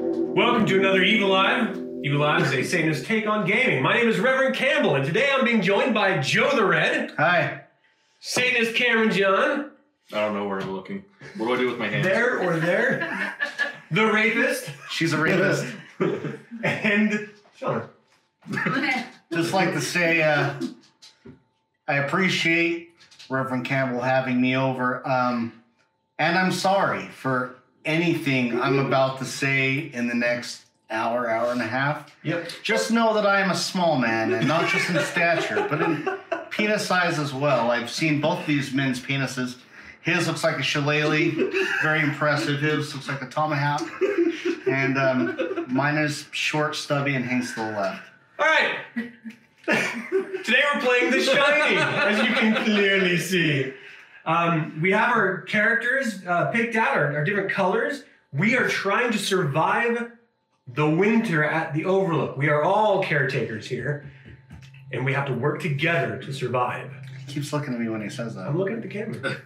welcome to another Evil Live. Evil Live is a Satanist take on gaming. My name is Reverend Campbell, and today I'm being joined by Joe the Red, Hi. Satanist Cameron John, I don't know where I'm looking. What do I do with my hands? there or there, the Rapist, She's a rapist. and Sean. Just like to say, uh, I appreciate Reverend Campbell having me over. Um, and I'm sorry for anything I'm about to say in the next hour, hour and a half. Yep. Just know that I am a small man, and not just in stature, but in penis size as well. I've seen both these men's penises. His looks like a shillelagh, very impressive. His looks like a tomahawk, and um, mine is short, stubby, and hangs to the left. All right. Today we're playing The Shining, as you can clearly see. Um, we have our characters uh, picked out, our, our different colors. We are trying to survive the winter at the Overlook. We are all caretakers here, and we have to work together to survive. keeps looking at me when he says I'm that. looking at the camera.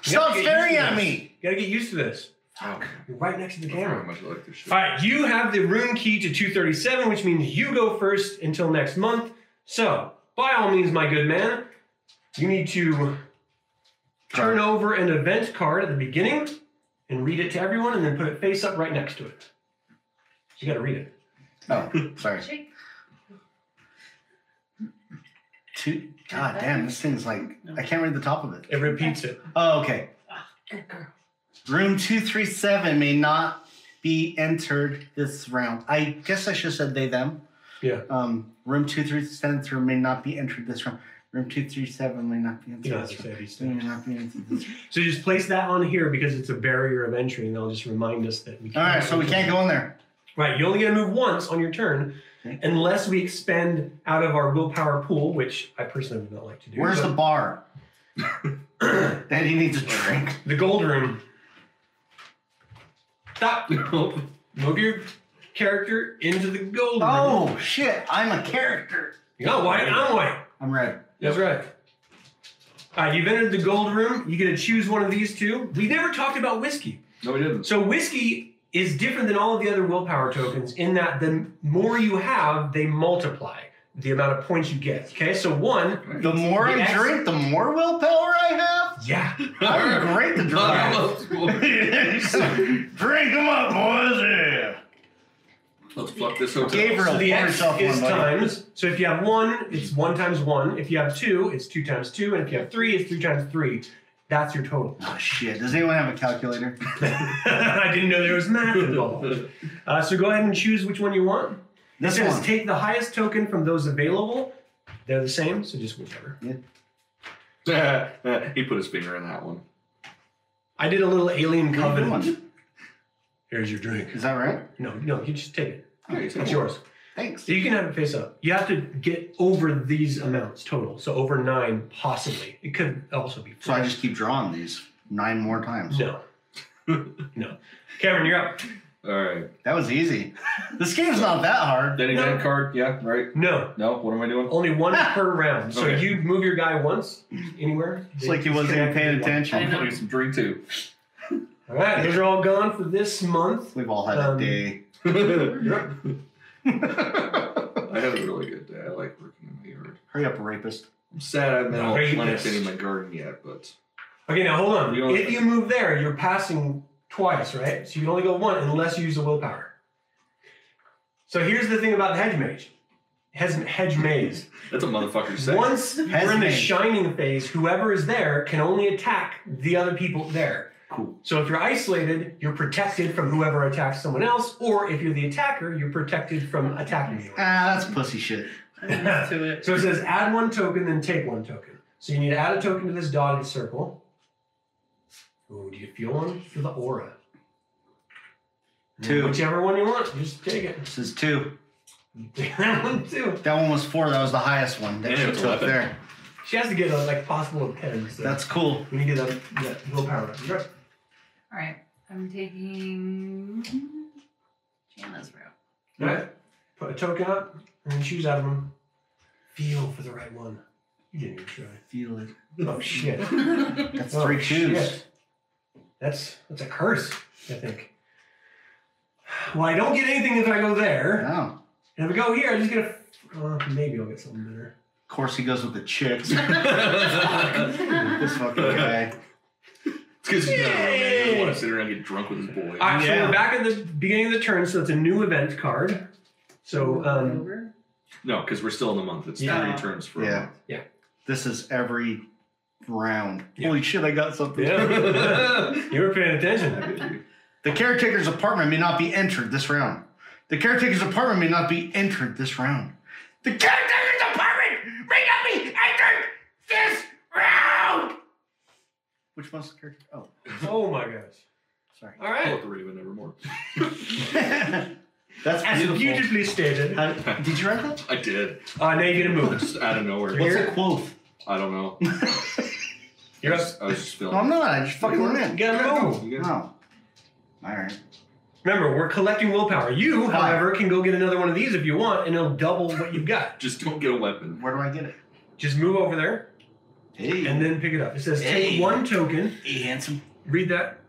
Stop get staring used to at this. me! You gotta get used to this. Oh, You're right next to the I don't know how camera. much I like this shit. All right, you have the room key to 237, which means you go first until next month. So, by all means, my good man, you need to turn over an event card at the beginning and read it to everyone and then put it face up right next to it. You gotta read it. Oh, sorry. Shake. Two. God damn, this thing's like I can't read the top of it. It repeats it. Oh, okay. Room two three seven may not be entered this round. I guess I should have said they them. Yeah. Um, room two three seven through may not be entered this round. Room two three seven may not be entered. You don't have this to say these round. things. May not be entered this round. So just place that on here because it's a barrier of entry and they'll just remind us that we All right, so we can't go in there. Right, you only get to move once on your turn Okay. unless we expend out of our willpower pool, which I personally would not like to do. Where's but- the bar? Daddy needs a drink. The gold room. Stop. Move your character into the gold room. Oh shit! I'm a character. You're not white, I'm white. I'm ready. That's right. All right, you've entered the gold room. You get to choose one of these two. We never talked about whiskey. No, we didn't. So whiskey is different than all of the other willpower tokens in that the more you have, they multiply the amount of points you get. Okay, so one, The more I Yes. drink, the more willpower I yeah, have. I'm great to Not drive. old school. drink them up, boys. Yeah. Let's fuck this hotel. Gabriel, So the pour X yourself is one, buddy. times. So if you have one, it's one times one. If you have two, it's two times two. And if you have three, it's three times three. That's your total. Oh shit! Does anyone have a calculator? I didn't know there was math involved. Uh, so go ahead and choose which one you want. This it says one. take the highest token from those available. They're the same, so just whichever. he put his finger in that one. I did a little alien What are you covenant. doing? Here's your drink. Is that right? No, no, you just take it. Yeah, he's It's gonna- yours. Thanks. So you can have it face up. You have to get over these amounts total. So over nine, possibly. It could also be. So I just keep drawing these nine more times. No. no. Cameron, you're up. All right. That was easy. This game's not that hard. Danny No. Van card. Yeah. Right. No. No. What am I doing? Only one Ah. per round. So Okay. you move your guy once anywhere. It's like he wasn't even paying I'm attention. gonna do some drink too. All right, those are all gone for this month. We've all had Um, a day. I had a really good day. I like working in my yard. Hurry up, rapist. I'm sad I'm not Greatness. planting in my garden yet, but Okay, now hold on. You don't- if you move there, you're passing twice, right? So you can only go one unless you use the willpower. So here's the thing about the hedge mage. Hedge, hedge maze. that's a motherfucker saying. Once you're in the maze. shining phase, whoever is there can only attack the other people there. Cool. So if you're isolated, you're protected from whoever attacks someone else, or if you're the attacker, you're protected from attacking anyone. Ah, that's pussy shit. to it. So it says add one token, then take one token. So you need to add a token to this dotted circle. Ooh, do you feel one? Feel the aura. And then Two. Whichever one you want, just take it. This is two. Take that one too. That one was four. That was the highest one that And she it's took eleven. there. She has to get a like possible of ten. So That's cool. we need to get a yeah, willpower. up. You're up. All right, I'm taking Chandler's route. All right. Put a token up and then choose out of them. Feel for the right one. You didn't even try. Feel it. Oh shit. That's Oh, three twos. shit. That's that's a curse, I think. Well, I don't get anything if I go there. Oh. And if I go here, I just get a. Uh, maybe I'll get something better. Of course, he goes with the chicks. this That's fucking guy. It's because he's not a real man. He doesn't Yay. want to sit around and get drunk with his boys. All right, so Yeah. we're back at the beginning of the turn, so it's a new event card. So, um, Over. no, because we're still in the month. It's Yeah. three turns for Yeah. a month. This is every round. Yeah. Holy shit, I got something. Yeah. you were paying I attention. bet you- The caretaker's apartment may not be entered this round. The caretaker's apartment may not be entered this round. The caretaker's apartment may not be entered this round. Which one's the caretaker? Oh, Oh my gosh. sorry. All Pull right. up the Raven Evermore. That's As beautiful. beautifully stated. Uh, How- did you write that? I did. now you get a move. Just out of nowhere. What? What's a quote? I don't know. You're I up. was I was just feeling. No, I'm not. I just fucking went in. Get a move. You guys- No. All right. Remember, we're collecting willpower. You, however, can go get another one of these if you want, and it'll double what you've got. Just don't get a weapon. Where do I get it? Just move over there Hey. and then pick it up. It says take Hey. one token. hey, handsome. Read that.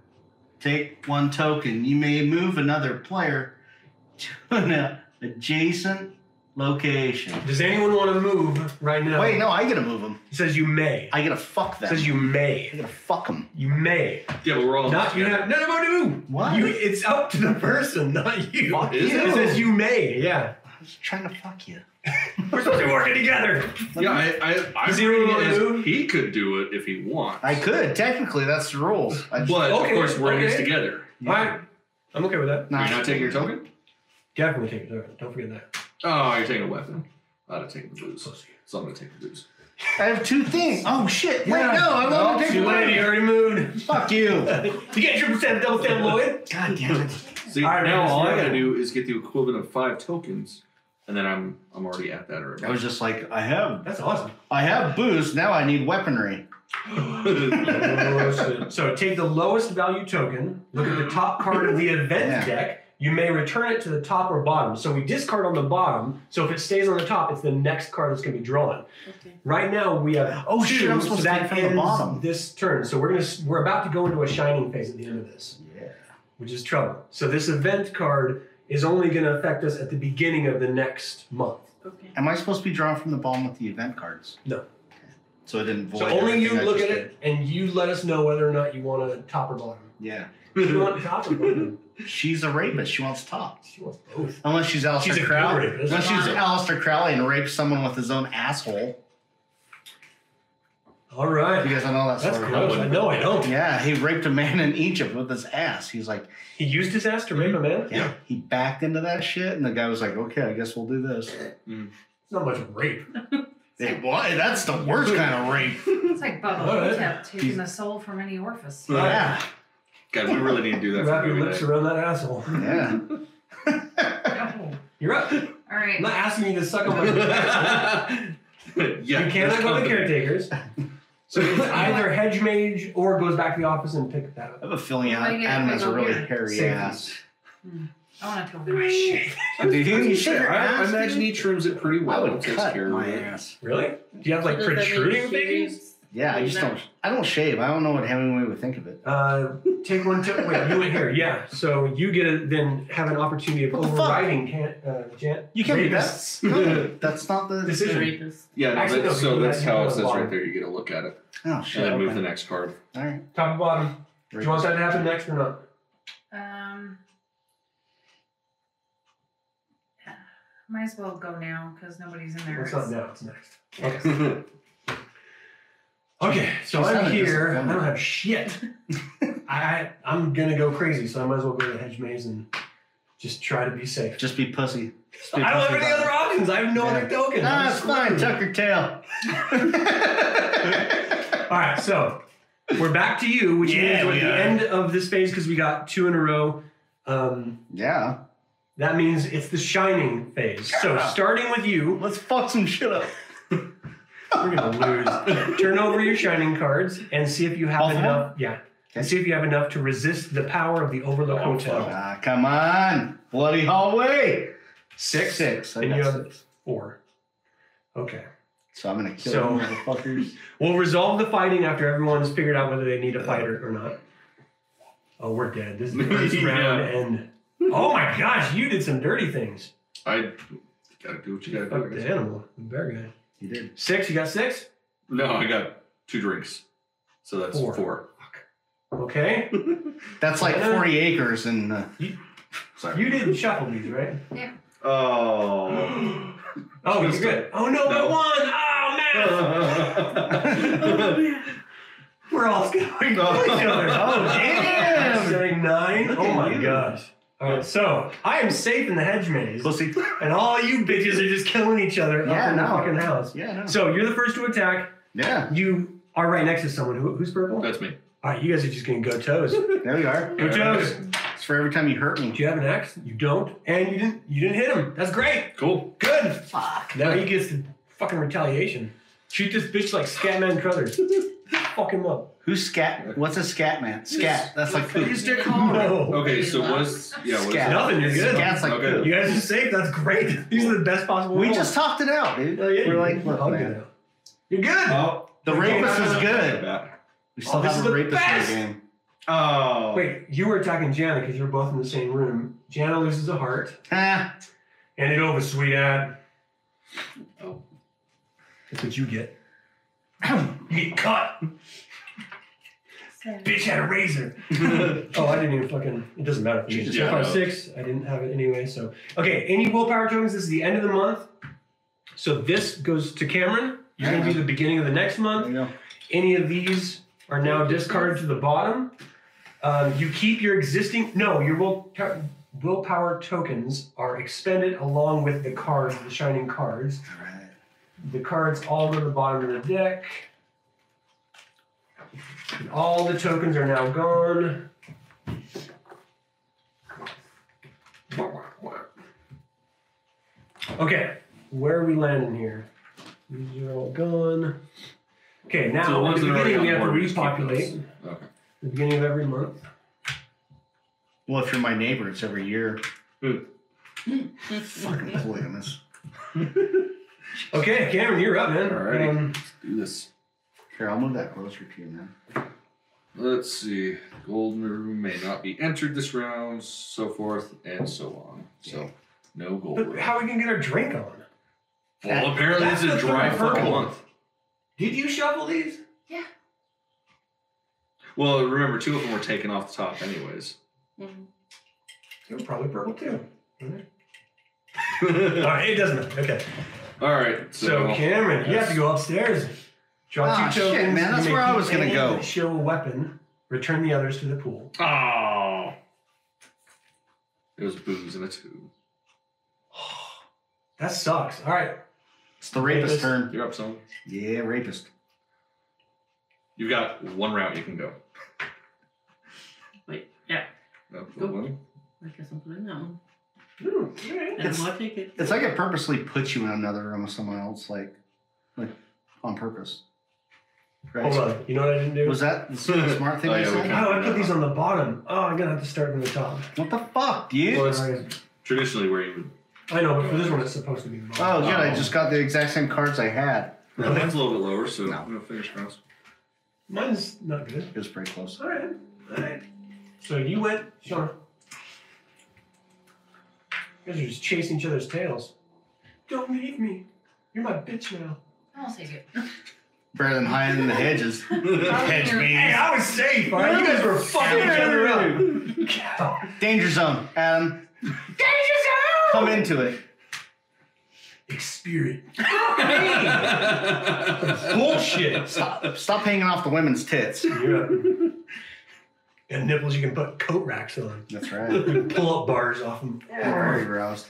Take one token. You may move another player to an adjacent location. Does anyone want to move right now? Wait, no, I gotta move them. It says you may. I gotta fuck It them. says you I may. gotta fuck them. You may. Yeah, but we're all Not you have no no no no. Oh, What? You, it's up to the person, not you. Fuck Is you. It says you may, yeah. I was trying to fuck you. We're supposed to be working together. Yeah, I, I, I'm Does he really reading it wanna as move? he could do it if he wants. I could technically. That's the rules. I just, But Okay, of course, we're in this okay. together. Alright. I'm okay with that. Nah. You're not taking your token. Definitely take it. All right, Don't forget that. Oh, you're taking a weapon. I'd have taken the booze, so I'm gonna take the booze. I have two things. Oh shit! Wait, Yeah. Oh, no, I'm not Too taking late, you already moved. Fuck you. God You get triple stamp, double stamp, Lloyd. damn it. See, All right, now Raven, all I you're gotta up. do is get the equivalent of five tokens, and then I'm I'm already at that or I was just like, I have, That's awesome. I have booze. Now I need weaponry. so take the lowest value token, look at the top card of the event Yeah. deck. You may return it to the top or bottom. So we discard on the bottom. So if it stays on the top, it's the next card that's going to be drawn. Okay. Right now we have Oh, two, shit, I'm so supposed to that take from the ends bottom. this turn. So we're gonna s- we're about to go into a shining phase at the end of this, Yeah. which is trouble. So this event card is only going to affect us at the beginning of the next month. Okay. Am I supposed to be drawn from the bottom with the event cards? No. So it didn't void. so only you everything I look at just it and you let us know whether or not you want a top or bottom. did. Yeah. You want top or bottom? She's a rapist. She wants top. She wants both. Unless she's Alistair She's a Crowley. rapist. Unless she's Fine. Alistair Crowley and rapes someone with his own asshole. All You right. guys don't know that That's story. gross. I know I don't. Yeah, he raped a man in Egypt with his ass. He's like, He used his ass to rape a man. yeah. He backed into that shit, and the guy was like, okay, I guess we'll do this. It's not much rape. Hey, what? That's the worst kind of rape. It's like All Bubba right. Hotep taking the soul from any orifice. All right. Yeah. God, we really need to do that. Wrap for your movie lips night. around that asshole. Yeah. Oh. You're up. I'm All right. not asking you to suck on Oh my asshole. yeah, you cannot there's go to the company. caretakers. So it's either hedge mage or goes back to the office and pick that I up. have a feeling Why you Adam gotta has a go really here? hairy Safety. ass. I want to Oh, feel shit. Dude, you Shit, sugar I, I ass, imagine dude. he trims it I pretty well. would takes cut care of my it. ass. Really? Do you have like Does that make protruding you things? serious? Yeah, I just don't. I don't shave. I don't know what Hemingway would think of it. Uh, take one. To, wait, you went here. Yeah. So you get to then have an opportunity of What the fuck? overriding can, uh, Jan. You can't do Rapists. that. No, that's not the. Decision. Rapist. Yeah, no, Actually, that's- no, so because that's that's how not it a says bar. right there. You get a look at it Oh and shit. then move okay. the next card. All right. Top and bottom. Do you want that to happen next or not? Um, might as well go now because nobody's in there. It's not now. It's next. All Okay, so She I'm sounded here. I disappointed. don't have shit. I I'm gonna go crazy, so I might as well go to the hedge maze and just try to be safe. Just be pussy. Just I be don't have pussy any about other it. options. I have no Yeah. other token. Nah, I'm it's fine. screwed. Tuck your tail. All right, so we're back to you, which Yeah, means we're at we the are. end of this phase because we got two in a row. Um, yeah. that means it's the shining phase. So starting with you, Let's fuck some shit up. We're gonna lose. Turn over your shining cards and see if you have Both of them? enough. Yeah. And Okay. see if you have enough to resist the power of the Overlook Hotel. Ah, come on. Bloody hallway. Six? Six. I And got you have- six. Four. Okay. So I'm gonna kill So- you motherfuckers. We'll resolve the fighting after everyone's figured out whether they need a fighter or not. Oh, we're dead. This is the first Yeah. round end. Oh my gosh, you did some dirty things. I gotta do what you gotta do. I Fuck guess. the animal, the bear guy. He did. Six, you got six? No, I got two drinks, so that's Four. four. Okay. That's like Yeah. 40 acres and. Uh, You- sorry. You did Shufflebees, right? Oh. Oh, you're good. Oh no, I No. won! Oh man! We're all scoring Oh. each other. Oh Damn. damn! Scoring nine. Look Oh at my you. gosh. Alright, so I am safe in the hedge maze, Pussy. and all you bitches are just killing each other Yeah, up in the no. fucking house. Yeah, no. So you're the first to attack. Yeah, You are right next to someone. Who, who's purple? That's me. All right, you guys are just gonna go toes. Go there we are. toes. It's for every time you hurt me. Do you have an axe? You don't, and you didn't. You didn't hit him. That's great. Cool. Good. Fuck. Now he gets the fucking retaliation. Treat this bitch like Scatman Crothers. Fuck him up. Who's scat? What's a scat man? Scat. That's like poop. Use their collar. No. Okay, so was yeah was Scat. Nothing, you're good. Scat's like Okay. poop. You guys are safe. That's great. These are the best possible. We rolls. just talked it out, dude. Oh, yeah, We're you- like, look, I'll do man, that. You're good. Oh, the rapist is good. We still Oh, this have is a the rapist best! in the game. oh. Wait, you were attacking Jana because you're both in the same room. Jana loses a heart. Ah, And it over, sweetheart. Oh. That's what you get. you get cut. Seven. Bitch had a razor. oh, I didn't even fucking. It doesn't matter. You just Yeah, five no. six. I didn't have it anyway. So okay, any willpower tokens. This is the end of the month. So this goes to Cameron. You're gonna do the beginning of the next there month. you go. Any of these are now discarded to the bottom. Um, you keep your existing. No, your will willpower tokens are expended along with the cards, the shining cards. All right. The cards all go to the bottom of the deck. And all the tokens are now gone. Okay, where are we landing here? These are all gone. Okay, now So the at ones the that are already beginning on we have to board, we just keep repopulate. those. Okay. The beginning of every month. Well, if you're my neighbor, it's every year. Mm. Fucking polygamous. Okay, Cameron, you're up, man. Alrighty. Um, Do this. Here, I'll move that closer to you, man. Let's see. Golden room may not be entered this round, so forth and so on. So no gold but room. how are we gonna get our drink on? well, apparently That's this is the a dry third fucking purple. month. Did you shuffle these? Well, remember two of them were taken off the top, anyways. They were probably purple too. All All right, it doesn't matter. Okay. right. So, So, Cameron, you have to Yes. go upstairs. Draw Ah, two shit, tokens. man, you that's may where I keep was gonna any go. that Show a weapon. Return the others to the pool. oh, it was booze and a two. That sucks. All right. It's the rapist Rapist. turn. You're up, son. Yeah, rapist. You've got one route you can go. Wait, yeah. Up for Go. one. I guess I'm putting that one. Hmm, all And It's- I'll take it. It's like it purposely puts you in another room with someone else, like, like on purpose. Right? Hold on. You know what I didn't do? Was that the smart thing Oh, I yeah, we said? can- oh, I put these on the bottom. Oh, I'm gonna have to start from the top. What the fuck, dude? Well, it's All right. traditionally where you would. I know, but for this one, it's supposed to be the bottom. Oh, good. I Oh. just got the exact same cards I had. No, mine's a little bit lower, so no, fingers crossed. Mine's not good. It was pretty close. All right. All right. So you went, Sean. You guys are just chasing each other's tails. Don't leave me. You're my bitch now. I'll take it. Better than hiding in the hedges. Hedge Hey, maze. I was safe, all right? You guys were fucking each other up. Danger zone, Adam. Come into it. Experience. Hey! Bullshit. Stop. Stop hanging off the women's tits. You're up. And nipples you can put coat racks on. That's right. Pull up bars off them. Very roused.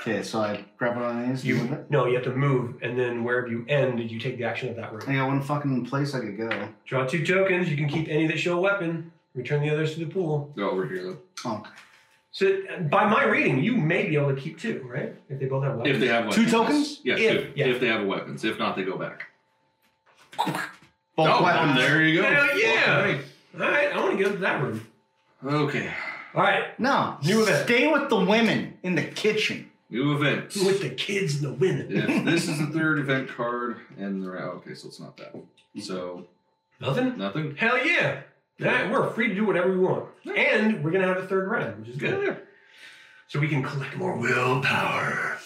Okay, so I grab it on these. move You, it. no, you have to move, and then wherever you end, you take the action of that room. I got one fucking place I could go. Draw two tokens. You can keep any that show a weapon. Return the others to the pool. Go over here, though. Oh, So, uh, by my reading, you may be able to keep two, right? If they both have weapons. If they have Two weapons. tokens? Yes, If- two. yeah. If they have weapons. If not, they go back. both oh, weapons. there you go. Hell yeah. All right, I want to go to that room. Okay. All right, No, New event. stay with the women in the kitchen. New events. with the kids and the women. if this is the third event card and the round, okay, so it's not that. So Nothing? nothing. Hell yeah. All right, we're free to do whatever we want. And we're going to have a third round, which is good. so we can collect more willpower.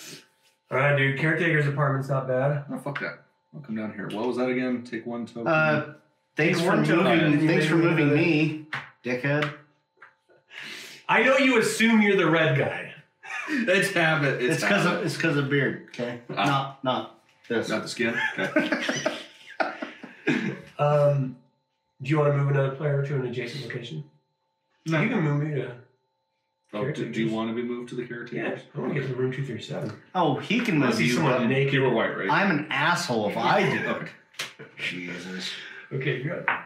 All right, dude. Caretaker's apartment's not bad. Oh, fuck that. I'll come down here. What was that again? Take one token. Uh, thanks for One token. moving. You Thanks made for me moving do that. me, dickhead. I know you assume you're the red guy. it's habit. It's It's because habit. of it's because of beard. Okay, Ah. not not this. Not the skin. Okay. Um, do you want to move another player to an adjacent location? No. You can move me to. Oh, do, do you want to be moved to the Yeah, caretakers? I want to get to room 237. Oh, he can I wanna move see you. someone but naked. You were white, right? I'm an asshole if I do. Okay. Jesus. Okay, you're up.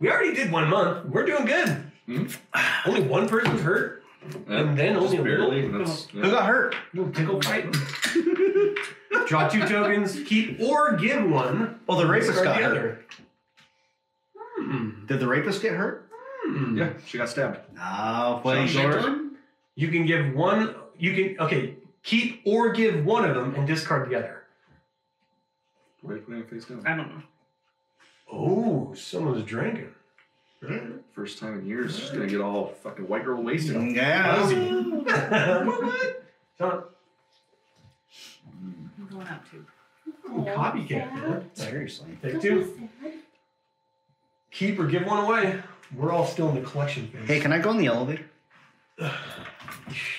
We already did one month. We're doing good. Hmm? Only one person's hurt. And then Just only a little- barely. That's, Mm-hmm. Who got hurt? Little tickle fight. Draw two tokens, keep or give one. Well, the rapist Discard got the hurt. other. Hmm. Did the rapist get hurt? Oh, Hmm. yeah, she got stabbed. No, well, Is that you one? You can give one. You can okay. Keep or give one of them and discard the other. Why are you putting it face down? I don't know. Oh, someone's drinking. Alright. First time in years, she's gonna get all fucking white girl wasted. Mm-hmm. Yeah. what? I'm going up to. Copycat. huh? Seriously. Take two. Keep or give one away. We're all still in the collection phase. Hey, can I go in the elevator?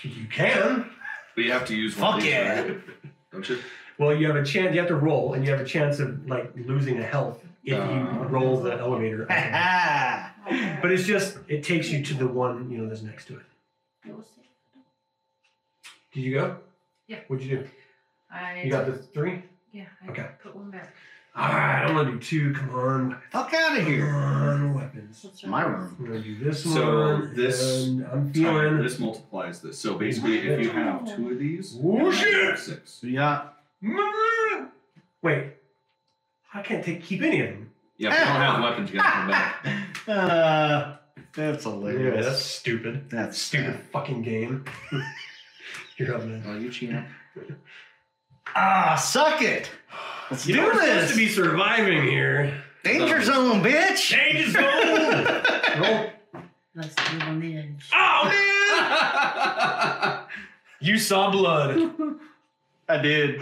you can. But you have to use Fuck one. of these, yeah. right? Don't you? Well, you have a chance. You have to roll, and you have a chance of like losing a health if you Uh. roll the elevator. but Ah, it's just it takes you to the one you know that's next to it. Did you go? Yeah. What'd you do? I You got the three. yeah. I Okay. Put one back. All right, I'm gonna do two. Come on, fuck out of come here. on, weapons. What's My wrong? room. I'm gonna do this So one. this and I'm Time, feeling. this multiplies this. So basically, if you have two of these, Oh shit! six. Yeah. Wait, I can't take keep any of them. Yeah, if you don't have weapons, you gotta come back. Uh, that's Yeah, hilarious. that's stupid. That's Stupid fucking game. You're up, man. Oh, you cheating. Ah, suck it. Let's You know, do we're supposed this. to be surviving here. Danger zone, bitch. Change is gold. Roll. Let's live on the edge. Oh man! You saw blood. I did.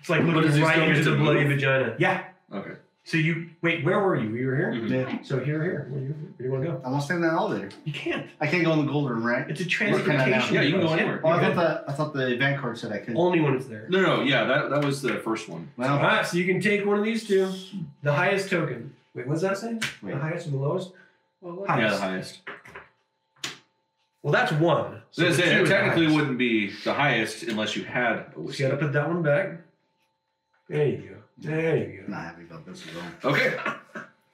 It's like But does looking he right still into get to the bloody move? vagina. Yeah. okay. So you wait. Where were you? You were here. Mhm. Yeah. So here, here. Where do you, where do you want to go? I won't stay in that elevator. You can't. I can't go in the gold room, right? It's a Looking at it now. transportation. Yeah, you can Oh, go device. anywhere. Well, I you're thought the I thought the event card said I could. Only when it's there. No, no, yeah, that, that was the first one. All Well, right. So you can take one of these two. The highest token. Wait, what's that say? wait. The highest or the lowest? Well, what? Hi. Yeah, the highest. Well, that's one. So the it, two it is the technically highest. wouldn't be the highest unless you had a So you whiskey. gotta put that one back. There you go. There you go. I'm not happy about this at all. Okay.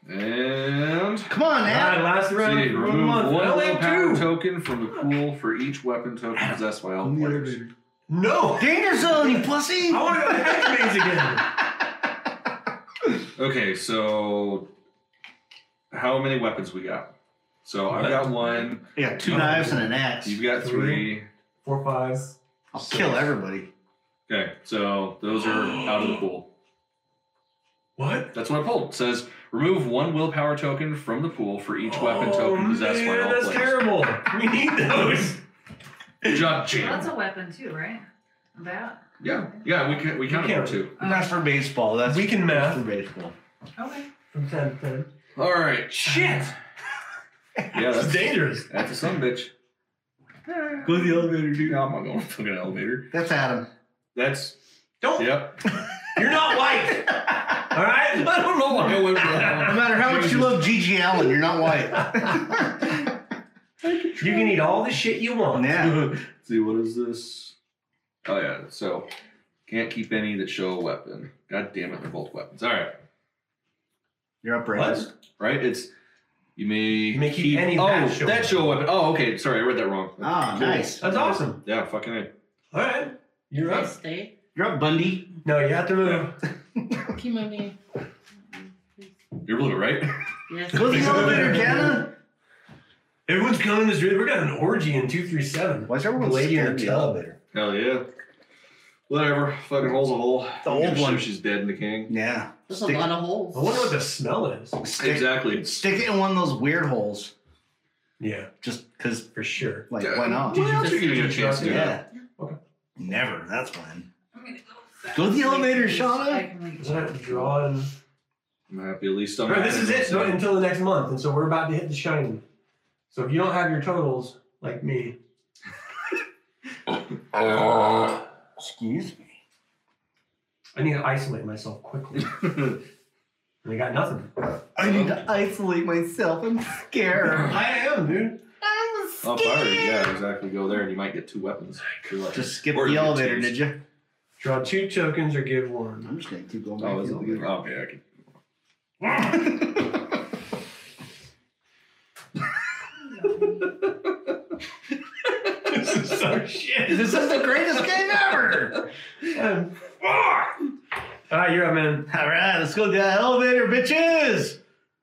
And Come on, All Nat. right, last so you round. need to one remove month. one I only have willpower two. token from the pool for each weapon token possessed by all players. No. Danger zone, you pussy. I want to go to Hackmaze again. Okay, so how many weapons we got? So I've got one. I got two knives and an axe. You've got three. Four fives. I'll kill everybody. Okay, so those are out of the pool. What? That's what I pulled. It says remove one willpower token from the pool for each weapon Oh, token possessed by man, all That's players. terrible. We need those. Good job, That's Jim. a weapon too, right? About. Yeah, yeah, we can we count You it for can't- two. That's for baseball. That's We can that's math. for baseball. Okay. From time to time. All right. Shit. Yeah, That's that's dangerous. that's a son bitch. Go to the elevator, dude. No, I'm not going to fucking elevator. That's Adam. That's Don't. yep. You're not white. All right. I don't know why I went for No that matter how much you Jesus. love Gigi Allen, you're not white. You can eat all the shit you want. yeah. one. See what is this? Oh yeah, so can't keep any that show a weapon. God damn it, they're both weapons. All right, You're up, Brandon. right? It's you may, You may keep any oh that show that show a weapon. Oh okay, sorry, I read that wrong. Ah, Cool. nice. That's awesome. Yeah, fucking A. All right. You're I up. stay. You're up, Bundy. No, you have to move. Keep moving. You're blue, right? Yes. Go to the elevator, Jenna. Everyone's coming this way. We're got an orgy in two three seven. Why is everyone Lady in scared of the the tub. elevator? Hell yeah. Whatever. Fucking hole's a hole. The Who old gives a shit one. if She's dead in the king. Yeah. There's a lot of I Oh. holes. wonder what the smell is. Stick, Exactly. stick it in one of those weird holes. Yeah, just because, for sure. like, why not? What else are you gonna get a chance to do? Yeah. Okay. Never. That's when. I'm gonna go. Go to the fast. elevator, Like, Shauna. I can, like, Isn't that drawing? I'm happy at least All I'm. right, this is it so until the next month, and so we're about to hit the shiny. So if you don't have your totals like me, Oh. Excuse me. I need to isolate myself quickly. and I got nothing. I need to isolate myself. I'm scared. I am, dude. I'm Oh, fire! Yeah, exactly. Go there, and you might get two weapons. You're like- Just skip Or the you elevator, choose. did you? Draw two tokens or give one. I'm just gonna keep going. Oh, back is the it the good? elevator. Oh, yeah. I can- this is so shit. This is the greatest game ever! Um, ah! All right, you're up, man. All right, let's go to the elevator, bitches.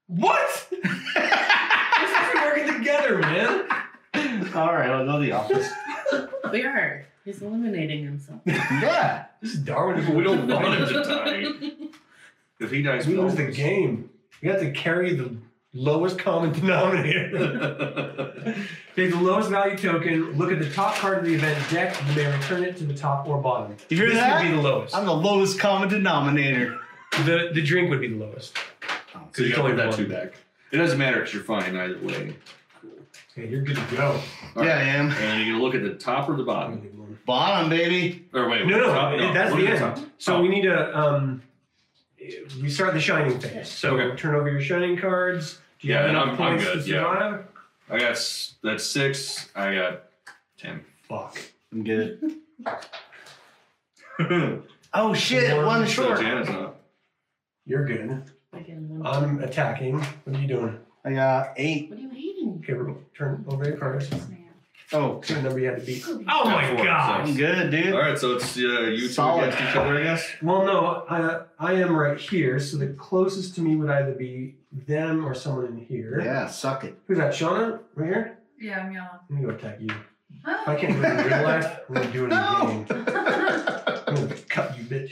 What? We're fucking working together, man. All right, I'll go to the office. We are. He's eliminating himself. yeah. This is Darwin. We don't want him to die. If he dies, We lose the don't. game. We have to carry the lowest common denominator. Take the lowest value token, look at the top card of the event deck, you may return it to the top or bottom. You hear this that? would be the lowest. I'm the lowest common denominator. The the drink would be the lowest. Oh, So you It's got only that one. two back. It doesn't matter because you're fine either way. Okay, you're good to go. All yeah, I right. am. And you look at the top or the bottom. Bottom, baby. Or wait, No, no, top, it- that's look the at end. top. So Oh. we need to um, we start the shining phase. So Okay. turn over your shining cards. Do you Yeah, have enough I'm- I'm points to good, yeah. survive? I got s- that's six. I got ten. Fuck. I'm good. so Oh shit, One. one short. Janet's up. You're good. Again, what I'm attacking. What are you doing? I got eight. are you eating? Okay, we're- turn over your cards. Oh, Turn the number you had to beat. Oh my God. I'm good, dude. All right, so it's uh, you Solid. two against each other, I guess. Well, no, I, I am right here, so the closest to me would either be them or someone in here. Yeah, suck it. Who's that, Shauna? Right here? Yeah, I'm Ah. yellow. I'm gonna go attack you. If I can't do it in real life, I'm gonna do it in the game. I'm gonna cut you, bitch.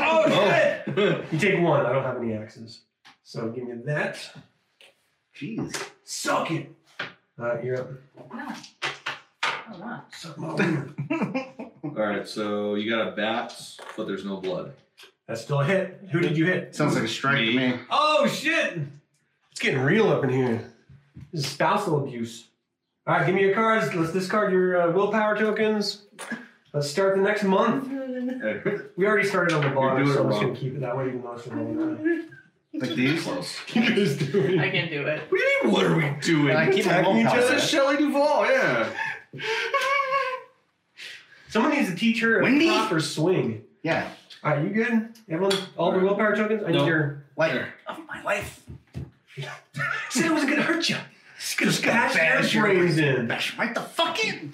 Oh, shit! Oh. You take one. I don't have any axes. So give me that. Jeez. Suck it! Uh, you're up. No. Oh, wow. Suck my wiener. Oh. All right, so you got a bat, but there's no blood. That's still a hit. Who did you hit? Sounds like a strike to me. Oh, shit! It's getting real up in here. This is spousal abuse. All right, give me your cards. Let's discard your uh, willpower tokens. Let's start the next month. Hey, We already started on the bottom, doing so it I'm just wrong. gonna keep it that way, even though it's the wrong way. Like these. close. You just do it. I can do it. What do you mean, what are we doing? I keep my Attacking mom each This other. is Shelley Duvall, yeah. Someone needs to teach her a Wendy? proper swing. Yeah. All right, you good? Everyone, all the All right. willpower tokens? I need No. your. Like, There. Oh of my life. Said it wasn't gonna hurt you. Just gonna Bash bash your your brains in. Bash right the fuck in.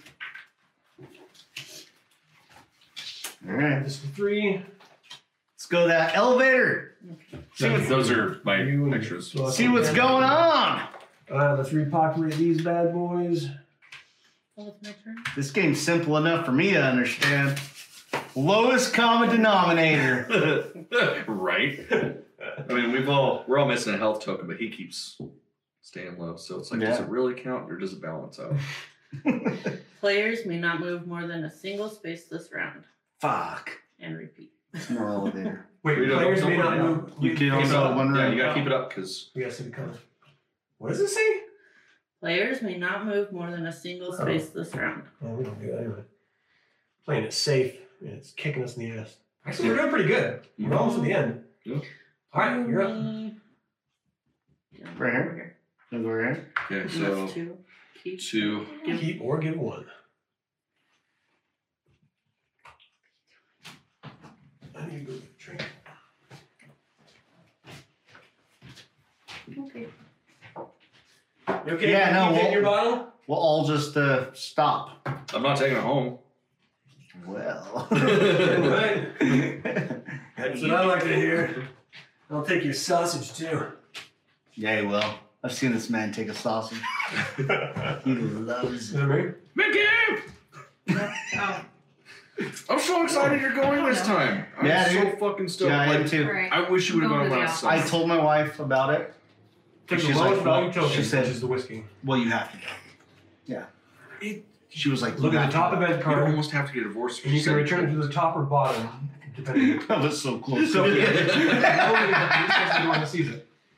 All right. This is three. Let's go to that elevator. See what's, Those are my You and extras. Fluff see what's again. going on. Uh, let's repopulate these bad boys. Oh, it's my turn. This game's simple enough for me to understand. Lowest common denominator. right? I mean, we've all we're all missing a health token, but he keeps staying low. So it's like, does Yeah. it really count or does it balance out? Players may not move more than a single space this round. Fuck. and repeat. It's no elevator. Wait, We don't- players don't may put it not down. move. You can we- only- so- one yeah, round. you gotta keep it up because We gotta see the color. What does it say? Players may not move more than a single Oh. space this round. Yeah, we don't do that anyway. Playing it safe, and it's kicking us in the ass. Actually, we're doing pretty good. We're almost at the end. Yeah. All right, you're up. Only- Yeah, Right here? over Is it right? okay, And that's so two. Keep. two. Give- Keep or give one. I need to go get a drink. Okay. You okay? Yeah, no, You take well- your bottle. We'll all just uh, stop. I'm not taking it home. Well. All right. That's what I like to hear. I'll take your sausage too. yeah, he will. I've seen this man take a sausage. He loves Is it. that me? Mickey! Oh, I'm so excited you're going this time. I'm Yeah, so dude. fucking stoked. Yeah, I am Like, too. right. I wish you would have Go gone to the last office. I time. told my wife about it. Took the She's lowest like, value what? token, She said- which is the whiskey. Well, you have to go. It- She was like, look you at the top have to of go. that You card, almost have to get a divorce. and you can return to the top or bottom, depending. That was so close. So if it's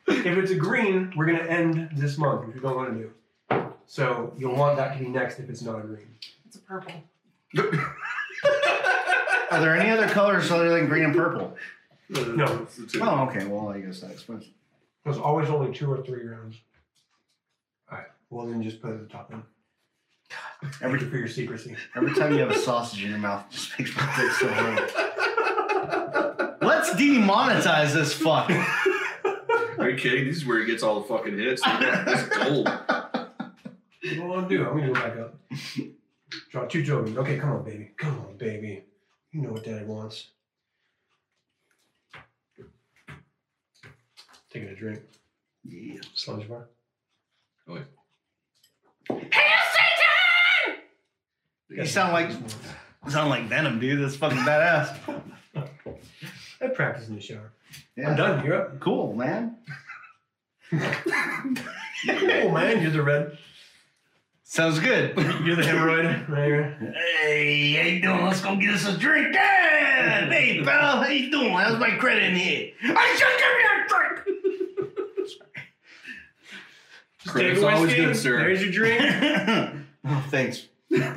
If it's a green, we're gonna end this month, which we don't want to do. So you'll want that to be next if it's not a green. It's a purple. Are there any other colors other than green and purple? No. Oh, okay. Well, I guess that explains. it. There's always only two or three rounds. Alright, well then just put it at the top then. Thank Every you for your secrecy. every time you have a sausage in your mouth, it just makes my dick so hard. Let's demonetize this fuck. Are you kidding? This is where he gets all the fucking hits. That's gold. What do I wanna do? I'm gonna go back up. Draw two jokers. Okay, come on, baby. Come on, baby. You know what daddy wants. Taking a drink. Yeah. Sludge bar. Oh, You sound like sound like Venom, dude. That's fucking badass. I practice in the shower. Yeah. I'm done. You're up. Cool, man. Oh man, you're the red. Sounds good. You're the hemorrhoid. Right here. Hey, how you doing? Let's go get us a drink. Yeah! Hey, pal, how you doing? How's my credit in here? I should give Credit's Take a always whiskey. good, sir. There's your drink. me a drink. oh, thanks. thanks.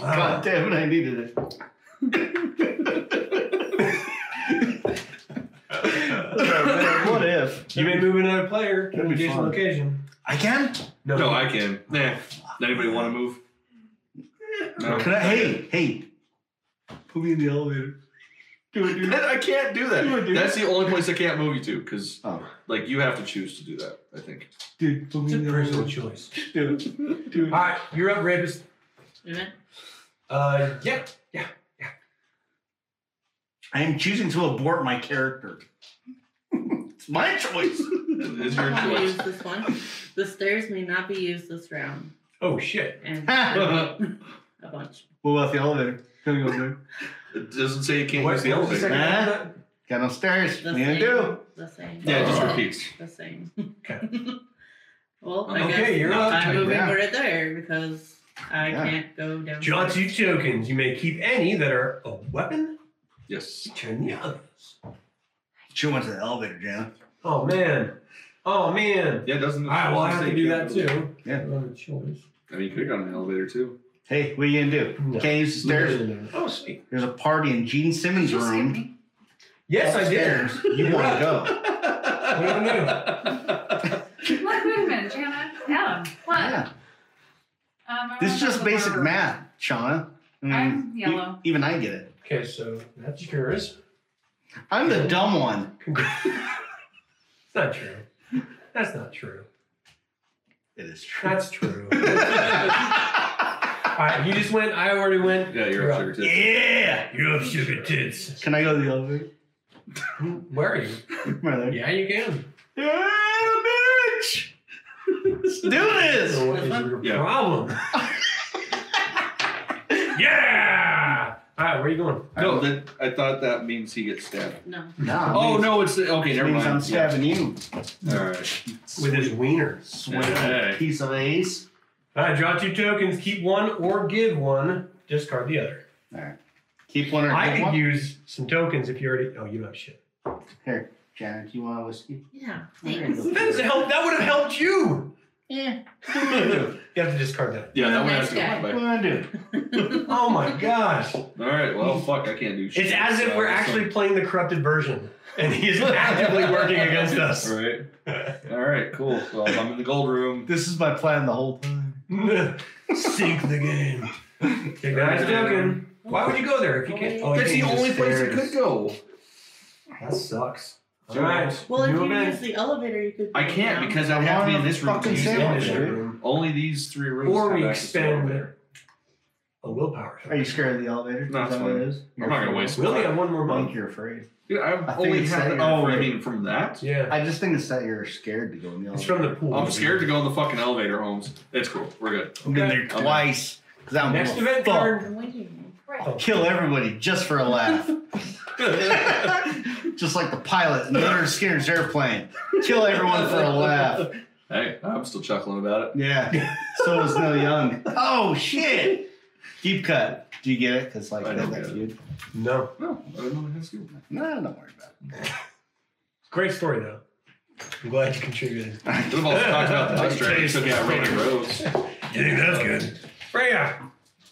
Wow. God damn it, I needed it. what if? You may move another player to That'd an be adjacent fun. location. I can? No, I can. Nah. Anybody want to move? No. Can I? Hey, hey. Put me in the elevator. Do it, dude. I can't do You that. would do That's the only place I can't move you to, because Oh, like you have to choose to do that. I think. dude, put me It's a in the personal elevator. choice. Do it. Do All it. right, you're up, rapist. Amen. Uh, yeah. I am choosing to abort my character. it's my choice. It's I your want to use choice. this one. The stairs may not be used this round, Oh shit. and a bunch. what about the elevator? Can we go there? It doesn't say you can't What- use the what's elevator. second Huh? one? Got no stairs. The Me and same, do. The same. Yeah, it just repeats. The same. Okay. well, I guess Okay, you're up. I'm moving Yeah. right there because I Yeah. can't go down. Draw two tokens. You may keep any that are a weapon. Yes. Turn the others. She went to the elevator, Jan. Oh man. Oh man. Yeah, it doesn't. All right, well I have doesn't to do say you that can't move. too. Yeah. Not a choice. I mean, you could have gone in the elevator too. Hey, what are you gonna do? No. Can't use the stairs. Oh sweet. There's a party in Gene Simmons' You skipped room. me. Yes, I did. upstairs. You want to go? What do I do? Look, wait a minute, Jana. Adam, what? Yeah. Um, I This is remember just the basic word. math, Shauna. I mean, I'm e- yellow. even I get it. Okay, so that's yours. I'm the dumb one. It's not true. That's not true. It is true. That's true. All right, you just went. I already went. Yeah, you're up to your tits. yeah. You're up, sugar tits. Can I go to the elevator? Where are you? Right there. Yeah, you can. Yeah, bitch! Let's do So this! what is your Yeah. problem? yeah. All right, where are you going? No, that I thought that means he gets stabbed. No. No. Oh no, it's the, okay. It Never means I'm mind. Yeah. stabbing you. All right. With his wiener. Sweet Hey. piece of ace. All right, draw two tokens. Keep one or give one. Discard the other. Keep one or I keep could one. use some tokens if you already. Oh, you don't have shit. Here, Janet, do you want a whiskey? Yeah. Thanks. That help. That would have helped you. Yeah. you have to discard that. Yeah, that one has Nice to go guy. my What way. do I do? Oh my gosh. All right. Well, fuck. I can't do shit. It's as if we're Uh, actually playing the corrupted version, and he is actively working against us. so- All right. All right. Cool. Well, I'm in the gold room. This is my plan the whole time. Sink the game. Take that as a token. Why would you go there if you can't? Oh, you That's the can't only use place it stairs. could go. That sucks. All Sure. right. Well, if new you event. use the elevator, you could. I go can't down. because I have to be in this room. to Fucking use the sandwich, elevator. dude. Only these three rooms. Or have we access to the expand elevator. a willpower. Are you scared of the elevator? Is No, it's that what fine. it is? I'm not gonna waste. We only have one more I think month. you're afraid. Dude, I've I think only it's had. that The, you're oh, I afraid. mean, from that. Yeah. I just think it's that you're scared to go in the It's elevator. from the pool. I'm scared to go in the fucking elevator, Holmes. It's cool. We're good. I've been there Okay. twice. Because I'm Next event fuck. card. I'm waiting. Right. Oh. Kill everybody just for a laugh. just like the pilot in Leonard Skinner's airplane. Kill everyone for a laugh. Hey, I'm still chuckling about it. Yeah. So was Neil Young. Oh shit! Deep cut. Do you get it? Because like I that don't that get it. feud. No. No, I don't know the high school. No, don't worry about Great story though. I'm glad you contributed. We've also talked about the bus driver who took out Randy Rose. You think that's good? Freya,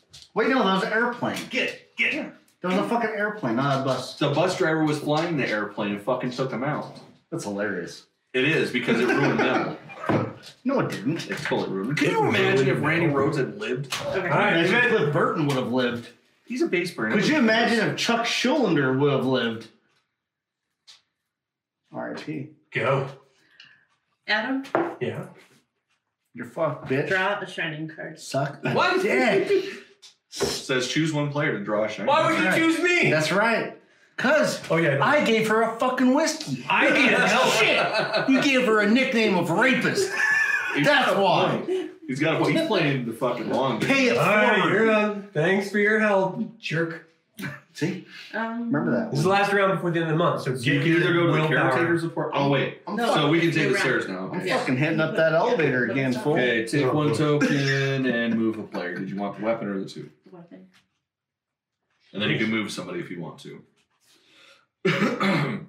it. Wait, no, that was an airplane. get get it. That was a fucking airplane, not a bus. The bus driver was flying the airplane and fucking took him out. That's hilarious. It is because it ruined them. No, it didn't. It totally ruined. Them. Can It you imagine if ruined Randy them. Rhodes had lived? All Okay. right, Imagine David. Cliff Burton would have lived. He's a base burner. Could you imagine if Chuck Schuldiner would have lived? R.I.P. Go. Adam, Yeah. You're fucked, bitch. draw a shining card. Suck. a What? dick. Says choose one player to draw a shiny. Why would you That's choose me? That's right. Cause oh yeah. I gave her a fucking whiskey. I need help. Shit. You gave her a nickname of rapist. He's That's got a why. point. He's got. A, he's playing the fucking long game. Pay it All right, forward. you're up. Thanks for your help, jerk. See, Um, remember that. This is the last round before the end of the month, so So get you can either go to the willpower. caretaker's support. Oh wait, I'm, No. fuck- so we can You're take the right. stairs now. I'm Yeah. fucking hitting up that elevator again, fool. Okay, take one token and move a player. Did you want the weapon or the two? Weapon. And then you can move somebody if you want to. Did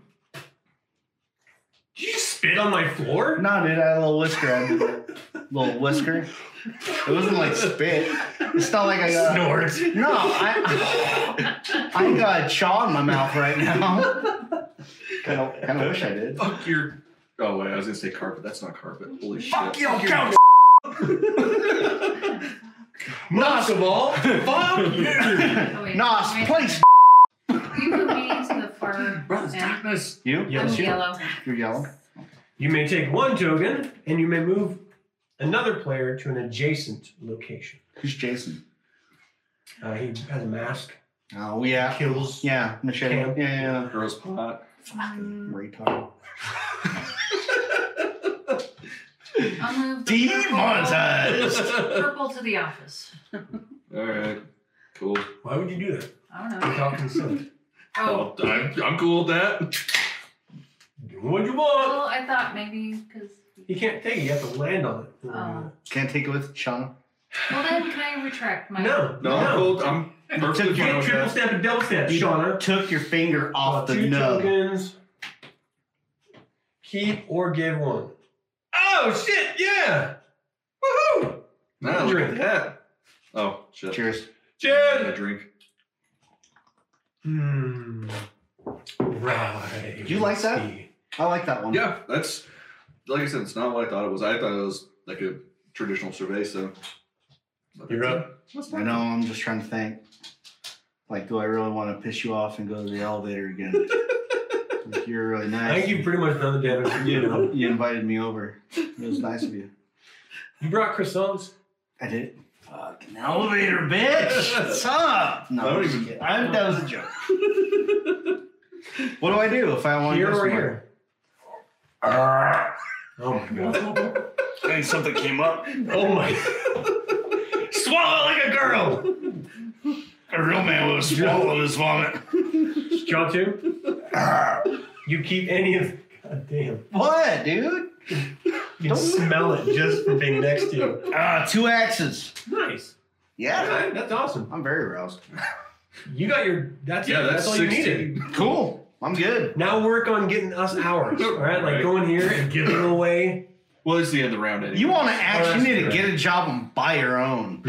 you just spit on my floor? No, dude, I had a little whisker. I did a little whisker. It wasn't like spit. It's not like I got. Snort. No, I, I got a chaw in my mouth right now. Kind of, kind of wish I did. Fuck your. Oh wait, I was gonna say carpet. That's not carpet. Holy shit. your couch. Most of all, fuck you. Oh, wait. Nos, Wait, place. You moved me into the far end. darkness. You? Yeah. I'm Yes, you- yellow. You're yellow. You may take one token, and you may move another player to an adjacent location. Who's Jason? Uh, he has a mask. Oh yeah, Kills. yeah, machete. Cam. Yeah, Gross pot. yeah. Mm, Retard. I'll move the Demonetized. All Purple to the office. right. Cool. Why would you do that? I don't know. Without consent. Oh, Oh, I'm, I'm cool with that. Do what you want. Oh, well, I thought maybe because. You can't take it. You have to land on it. Oh. Can't take it with Shauna. Well, then can I retract my? no. No, I'm cool. I'm perfectly You fine get with triple that. step and double step, Shauna. Took your finger off the Two nub. tokens. Keep or give one. Oh shit! Yeah. Woohoo! No, look at that. Oh shit. Cheers. A Jared. drink. Hmm. Right. You like that? I like that one. Yeah, that's like I said. It's not what I thought it was. I thought it was like a traditional survey. So But You're that's up. it. That's I fine. know. I'm just trying to think. Like, do I really want to piss you off and go to the elevator again? Like, You're really nice. I think you've pretty much done the damage. You know, you invited me over. It was nice of you. You brought croissants. I did. Fucking elevator, bitch. What's up? No, I I don't don't even- Kidding. I, that was a joke. what do I do if I want Here to go or somewhere? here? Oh my god. Hey, something came up. Oh my. Swallow like a girl. A real man would have swallowed his vomit. Jaw two. You keep any of. God damn. What, dude? You can smell it just from being next to you. Ah, two axes. Nice. Yeah, Alright, that's awesome. I'm very aroused. You got your. That's Yeah, it. that's, all you needed. 16. Cool. I'm good. Now work on getting us ours. All right, like Right. going here and giving away. Well, it's the end of the round. Anyway. You want to act? You need to Alright. get a job and buy your own.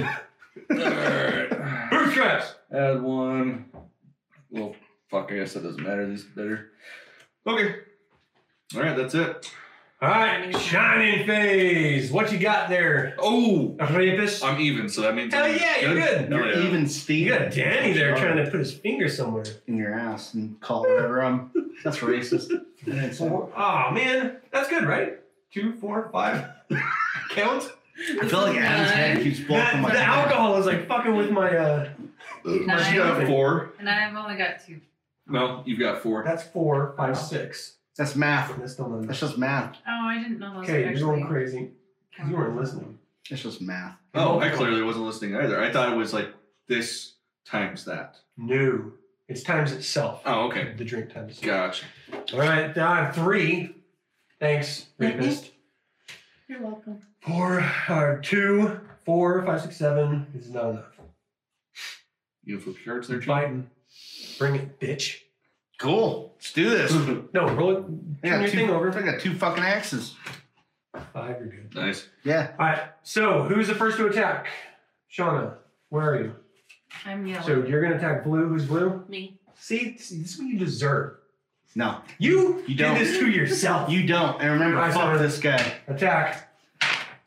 Alright. Bootstraps. Add one. Well, fuck. I guess that doesn't matter. These are better. Okay. All right, that's it. All right, shining phase. What you got there, Oh, a rapist? I'm even, so that means. Hell I'm yeah, you're good. Hell You're yeah. even Steve. You got Danny there trying to put his finger somewhere. in your ass and call it whatever. I'm. That's racist. Four. Oh man, that's good, right? Two, four, five. Count. I feel like Adam's head keeps blowing That, my the alcohol is like fucking with my. uh But Nine. you got four. And I've only got two. No, you've got four. That's four, five, six. That's math. That's still That's not. just math. Oh, I didn't know those. Okay, you're actually going crazy. 'cause You weren't listening. That's just math. Oh, I clearly wasn't listening either. I thought it was like this times that. No. It's times itself. Oh, okay. The drink times itself. Gotcha. All right, now I have three. Thanks, rapist. You're welcome. Four, or two, four, five, six, seven. This is not enough. You gonna flip cards there, They're too? biting. Bring it, bitch. Cool. Let's do this. No, roll it. Turn I your got, thing two, over. I got two fucking axes. Five, you're good. nice. Yeah. All right, so who's the first to attack? Shauna, where are you? I'm yelling. So you're going to attack blue. Who's blue? Me. See, this this is what you deserve. No, You, You did don't. this to yourself. you don't. And remember, I saw fuck it. this guy. attack.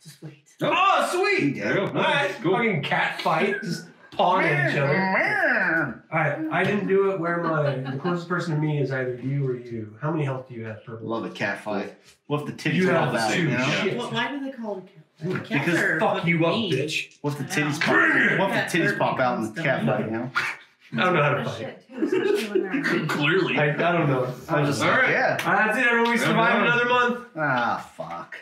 Just wait. Oh, sweet. There you go. All right, Cool. fucking cat fight. Just pawing at each other. All right, I didn't do it. Where am I? The closest person to me is either you or you. How many health do you have, Purple? Love a cat fight. What if the titties You are have all out? two. You know? Shit. What, why do they call it a cat? Cats Because are Fuck fucking you up, mean. bitch. What if the titties Wow. pop? What That if the titties hurt pop me out in the cat constantly. fight? You know? I don't know how to Oh, fight. shit, too, especially when they're- Clearly. I, I don't know. I'm just All like, right. yeah. Ah, that's it, everyone. We Yeah, survive no. another month. Ah, fuck.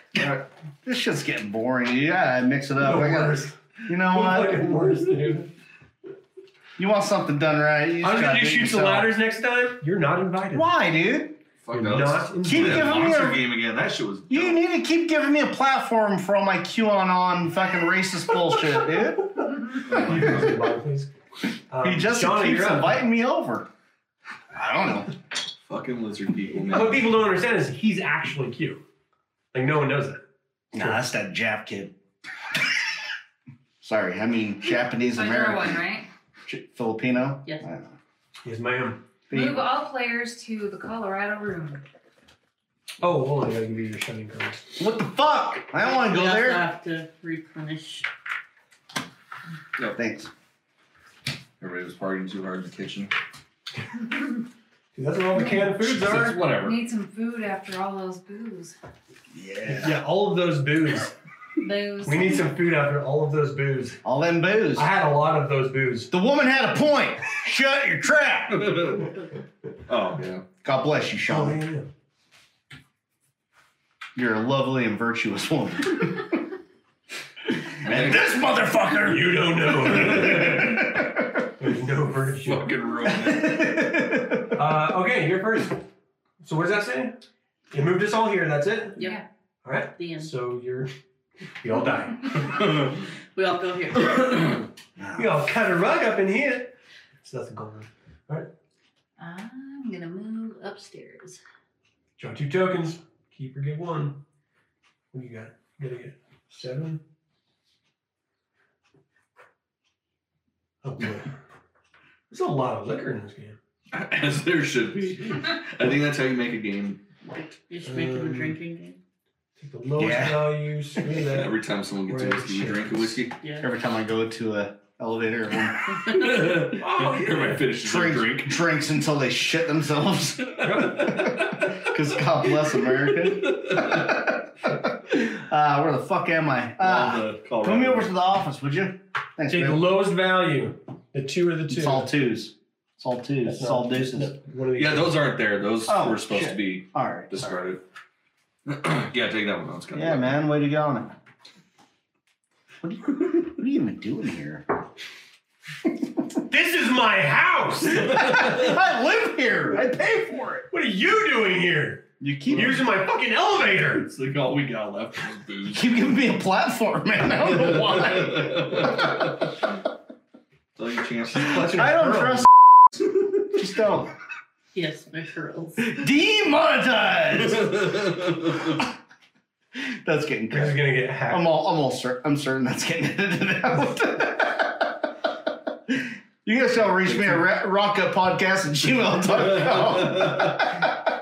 This shit's getting boring. Yeah, I mix Uh, it up. the I gotta- worst. you know The fucking what? worst, dude. You want something done right? You just I'm gotta gonna do do it shoots the yourself. ladders next time. You're not invited. Why, dude? Fuck You're no. not Keep invited. That giving me monster a. game again. That shit was. You dope. need to keep giving me a platform for all my QAnon fucking racist bullshit, dude. Oh You can say bye, please. Um, He just Shauna, keeps you're up. inviting me over. I don't know. Fucking lizard people, man. What people don't understand is he's actually cute. Like no one knows that. Nah, that's that Jap kid. Sorry, I mean Japanese So you're one, American. right? J- Filipino? Yes. I don't know. Yes, ma'am. Move all players to the Colorado room. Oh, hold on, I gotta give you your shining cards. What the fuck? I don't want to go We also there. have to replenish. Thanks. Everybody was partying too hard in the kitchen. Dude, that's where all the canned foods It's are. whatever. Need some food after all those booze. Yeah. Yeah, all of those booze. Booze. We need some food after all of those booze. All them booze. I had a lot of those booze. the woman had a point. Shut your trap. oh yeah. God bless you, Oh, Sean. yeah. You're a lovely and virtuous woman. Man, and this motherfucker. You don't know. There's no virtue. Fucking ruined. Uh, okay, you're first. So what does that say? It moved us all here. That's it. Yep. All right. The end. So you're. We all die. We all go here. it. We all cut a rug up in here. It's nothing going on. I'm gonna move upstairs. Draw two tokens. Keep or give one. What do you got? You gotta get seven. Oh boy. There's a lot of liquor in this game. As there should be. I think that's how you make a game. You should make him Um, a drinking game. Take the lowest Yeah. value, screw that. Every time someone gets a whiskey, you drink a whiskey. Yeah. Every time I go to a elevator, everyone Oh, Everybody finishes their drinks, drink. drinks until they shit themselves. Because God bless America. uh, where the fuck am I? Uh, All the Colorado- put me over to the office, would you? Thanks, Take the man. lowest value. The two or the two. It's all twos. It's all twos. That's It's all not- deuces. no, one of these. Yeah, those aren't there. Those Oh, were supposed shit. to be All right. discarded. yeah, take that one. That's kind Yeah, man. Way to go on it. What are you, what are you even doing here? This is my house! I live here. I pay for it. what are you doing here? You keep Using my fucking elevator! It's like all we got left is you booze. keep giving me a platform, man. I don't know why. Tell your chance. I don't trust. Just don't. Yes, my pearls. Demonetized. That's That's getting This is cut. gonna get hacked. I'm all. I'm all. Cer- I'm certain that's getting edited out. you guys all reach me at ra- rockupodcast at gmail.com.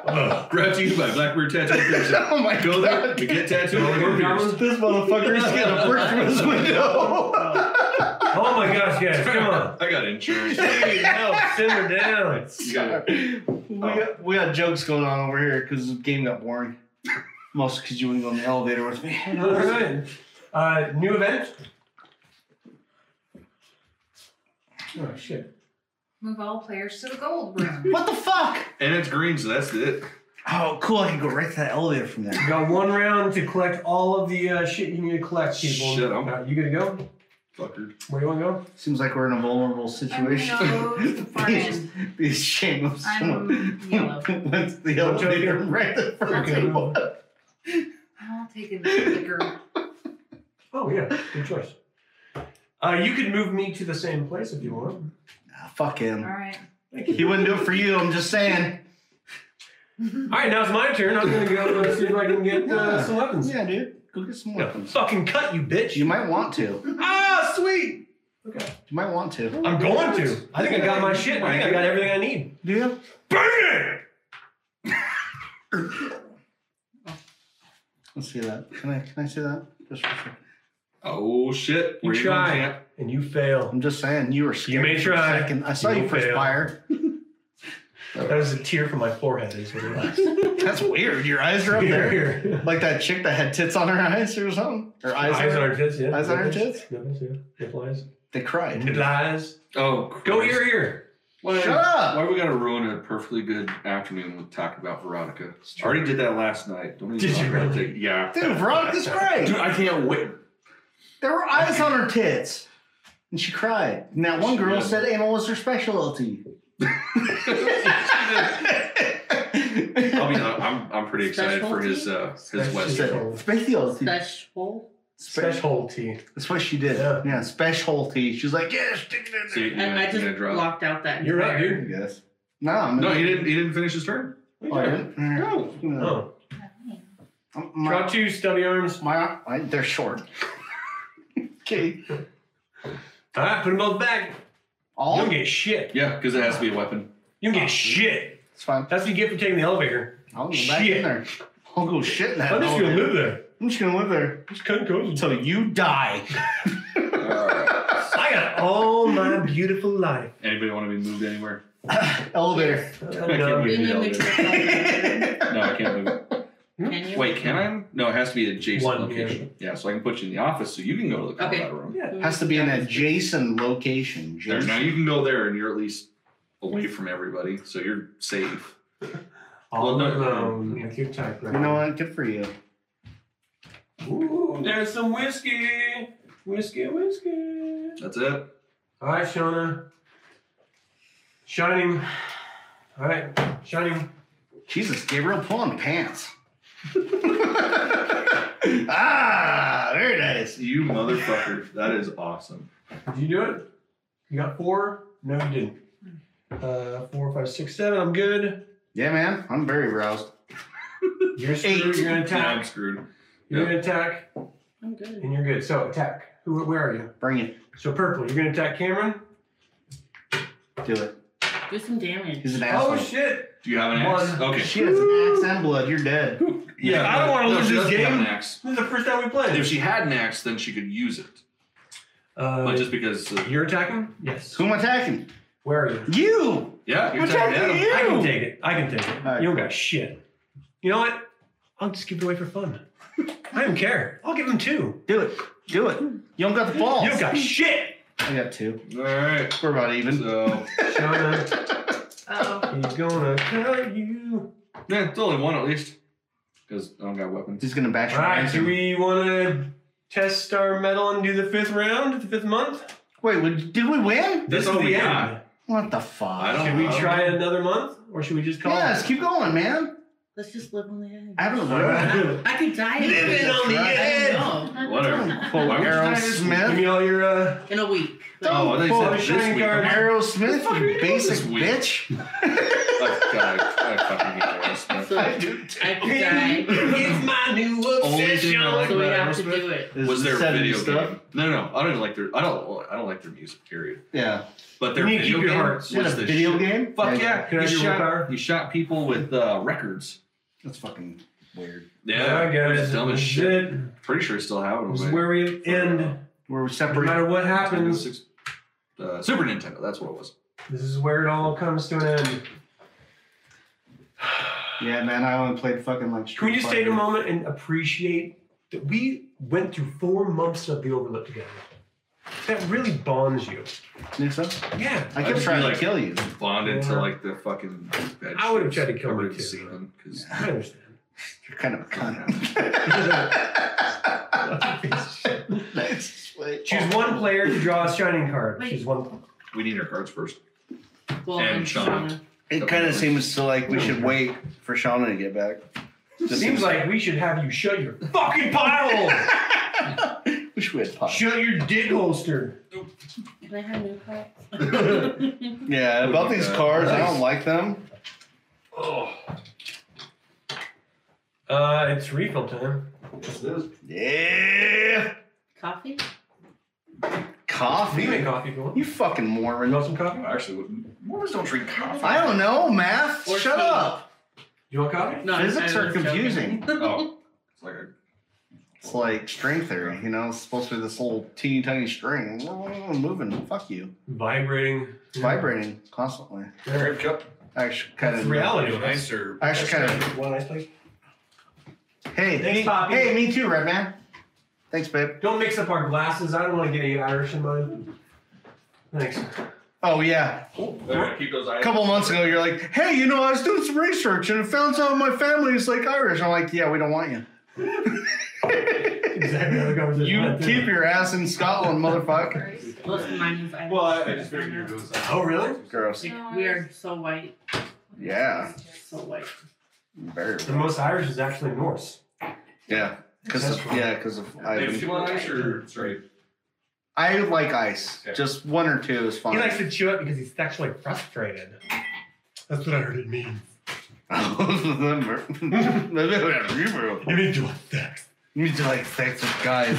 Ugh. Brought to you by Blackbird Tattoo Piercing. oh my Go there, god. we get tattooed all over pierced. This motherfucker is gonna burst through his window. Oh my gosh, guys, come on. I got insurance. Hey, no, simmer down. You got we, got, we got jokes going on over here because the game got boring. Mostly because you wouldn't go in the elevator with me. All right. Uh, new event. Oh shit. Move all players to the gold room. What the fuck? And it's green, so that's it. Oh, cool. I can go right to that elevator from You there. got one round to collect all of the uh, shit you need to collect, people. Shit, I'm- Uh, you gonna go? Fuckered. Where do you want to Seems like we're in a vulnerable nose, situation. fart These- in. These shameless. I'm yellow. Went to the elevator right the first Okay. one. I'll take a liquor. go? Oh yeah, good choice. Uh, you could move me to the same place if you want. Ah, Fuck All him. right. Thank He wouldn't do it for you. I'm just saying. All right, now it's my turn. I'm gonna go uh, see if I can get uh, some weapons. Yeah, dude. Go get some Yeah, weapons. fucking cut you, bitch. You might want to. You Ah, sweet. Okay. might want to. I'm going to. I think I got my shit. I think I got everything I need. Do you? Burn it! Let's see that. Can I? Can I see that? Just for sure. Oh shit. You Where going, try. champ? And you fail. I'm just saying. You were scared. You may for a try. Second. I saw You you, will fail. perspire. That was a tear from my forehead. Is what it was. That's weird. Your eyes are up Here, there. here. Like that chick that had tits on her eyes or something. Her eyes. Eyes on on her tits, yeah. eyes on her Nipples, tits? Nipples, yeah. Nipple eyes. They cried. Nipple eyes. Oh, Go Christ. here, here. Why, Shut up. Why we gotta ruin a perfectly good afternoon with talking about Veronica? I already did that last night. Don't even Did talk you about really? it. Yeah. Dude, Veronica's great. Dude, I can't wait. There were eyes on her tits. And she cried. And that one She girl did. said anal was her specialty. I'll be honest, I'm I'm pretty excited for his uh Specialty. his She West. said, specialty. Special. Spe- Specialty. That's what she did. Yeah. Yeah, specialty. She was like, yeah, stick it in See, I- I, yeah, just yeah, draw. blocked out that. You're up, entire- dude. there. I guess. No, I'm No, he didn't he didn't finish his turn. Oh, I didn't? Mm. No. No. Oh. Um, Draw My, two stubby arms. my, I- they're short. okay. All right, put them both back. You All? don't get shit. Yeah, because it has to be a weapon. You don't get shit. It's fine. That's what you get for taking the elevator. I'll go back Shit. in there. I'll go shit in that. I'm just gonna elevator. live there. I'm just gonna live there Just cut and cozy. until you die. I got all my beautiful life. Anybody want to be moved anywhere? elevator. I can't No. move You the need to elevator. click on the- No, I can't move. it. Can you? Wait, can I? No, it has to be adjacent One, location. Yeah, so I can put you in the office, so you can go to the Okay. combat room. Yeah. Has to be an adjacent location. There, Jason. now you can go there, and you're at least away from everybody, so you're safe. All Well, no, no. alone with your typewriter. You know what? Good for you. Ooh, there's some whiskey. Whiskey, whiskey. That's it. All right, Shona. Shining. All right, shining. Jesus, Gabriel, pull on pants. ah, very nice. You motherfucker. That is awesome. Did you do it? You got four? No, you didn't. Uh, four, five, six, seven. I'm good. Yeah, man, I'm very roused. You're screwed. Eight. You're gonna Yeah, I'm attack. screwed. You're gonna attack, I'm good. and you're good. So attack. Who? Where are you? Bring it. So purple. You're gonna attack Cameron. Do it. Do some damage. He's an asshole. Oh shit! Do you have an axe? One. Okay. She has an axe and blood. You're dead. Yeah, I don't wanna no, lose she this doesn't have game. an axe. This is the first time we played. If she had an axe, then she could use it. Uh, But just because, uh, you're attacking? Yes. Who am I attacking? Where are you? You. yeah, you're I'm attacking attacking Adam. you. I can take it. I can take it. All right. You don't got shit. You know what? I'll just give it away for fun. I don't care. I'll give him two. Do it. Do it. You don't got the balls. You don't got shit. I got two. All right. We're about even. So, Shauna, Oh, he's gonna cut you. yeah, it's only one at least. Because I don't got weapons. He's gonna bash All your right. eyes Do in. we want to test our metal and do the fifth round, the fifth month? Wait, would, did we win? This That's is all the we Uh-huh. end. got. What the fuck? I don't- Should we know. try another month, or should we just call? Yes, keep going, man. Let's just live on the edge. I don't All know. right. I could die. in Living this, on the right? edge. I don't know. Whatever. Pull Why would you Errol try this Give Smith. me all your. Uh, In a week. Oh, I Pull thought the you said this shiny week. card. Errol Smith, you basic This week. bitch. Oh, God, I, I fucking hate Errol Smith. So I do. could die. my new obsession. So we have to do it. Was there a video game? No, no, I don't even like their. I don't. I don't like their music. Period. Yeah. But their You need to video keep your game hearts. was What, a the video shit. game? Fuck yeah! Can I You have your willpower? shot, you shot people with uh, records. That's fucking weird. Yeah, it guys. was dumb as this is shit. It. Pretty sure I still have it. This is on my where we end. We're No separated. matter what happens, Nintendo 6 uh, Super Nintendo. That's what it was. This is where it all comes to an end. Yeah, man, I only played fucking like. Can we just Street take a Fighter. moment and appreciate that we went through four months of the overlook together? That really bonds you. Think so? Yeah. I I kept just trying feel to like- kill you. Bonded Yeah. to like the fucking. Veg I would've tried to kill I her would've too, seen but- them, 'cause- I understand. You're kind of a cunt. nice switch. Choose one player to draw a shining card. Wait. Choose one. We need our cards first. Well, And Shauna. It kind of seems to like we should wait for Shauna to get back. Just Seems like we should have you shut your fucking pie hole. wish we had pot. shut your dick holster. Can I have new cards? Yeah, We about need these that. cars, I don't like them. Oh. Uh, it's refill time. Yeah, Coffee? You can make coffee. coffee if you want. You fucking You Mormon. want some coffee? Actually, Mormons don't drink coffee. I don't know math. Or Shut tea. up. You want coffee? No, Physics I are was joking. confusing. Oh, it's like a It's like string theory, you know. It's supposed to be this little teeny tiny string moving. Fuck you. Vibrating. It's vibrating constantly. grape cup. I actually kind It's of. reality. Nice or I actually kind of. One ice plate. Hey, Thanks, me- Poppy. hey, me too, Red Man. Thanks, babe. Don't mix up our glasses. I don't want to get any Irish in mine. Thanks. Oh yeah. keep those A eyes. couple months ago, you're like, hey, you know, I was doing some research and I found out my family is like Irish. I'm like, yeah, we don't want you. Exactly how the conversation You went. keep your ass in Scotland, motherfucker. Most of mine is Irish. well, I, I just figured uh, you were doing something. Oh, really? Gross. We are so white. Yeah. So white. Very. The most Irish is actually Norse. Yeah. Because of, yeah, because of If you Ivan. want ice or sorry, I like ice. Yeah. Just one or two is fine. He likes to chew it because he's sexually frustrated. That's what I heard it means. Maybe I'll have Rebrew. It means you want sex. You need to like sex with guys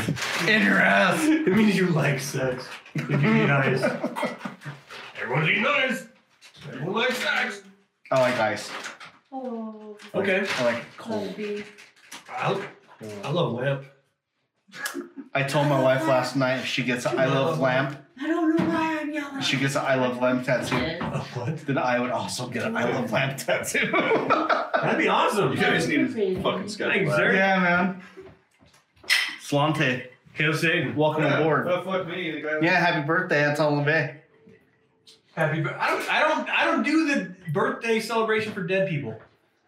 in your ass. It means you like sex. If you eat ice. Everyone's eating ice. Everyone likes sex. I like ice. Oh, Okay. I like it cold. coffee. I, I love lamp. I told my wife last night if she gets a I love lamp, I don't know why I'm yelling. if she gets a I love lamp tattoo, Yes. Oh, what? then I would also get an I love lamp tattoo. That'd be awesome. you guys need Crazy. to fucking schedule. Thanks, that. sir. yeah, man. Slante, Hail Satan. welcome Yeah. aboard. Oh, fuck me. The guy Yeah, happy birthday. That's all I'm saying. Happy birthday. I don't, I don't, I don't do the birthday celebration for dead people.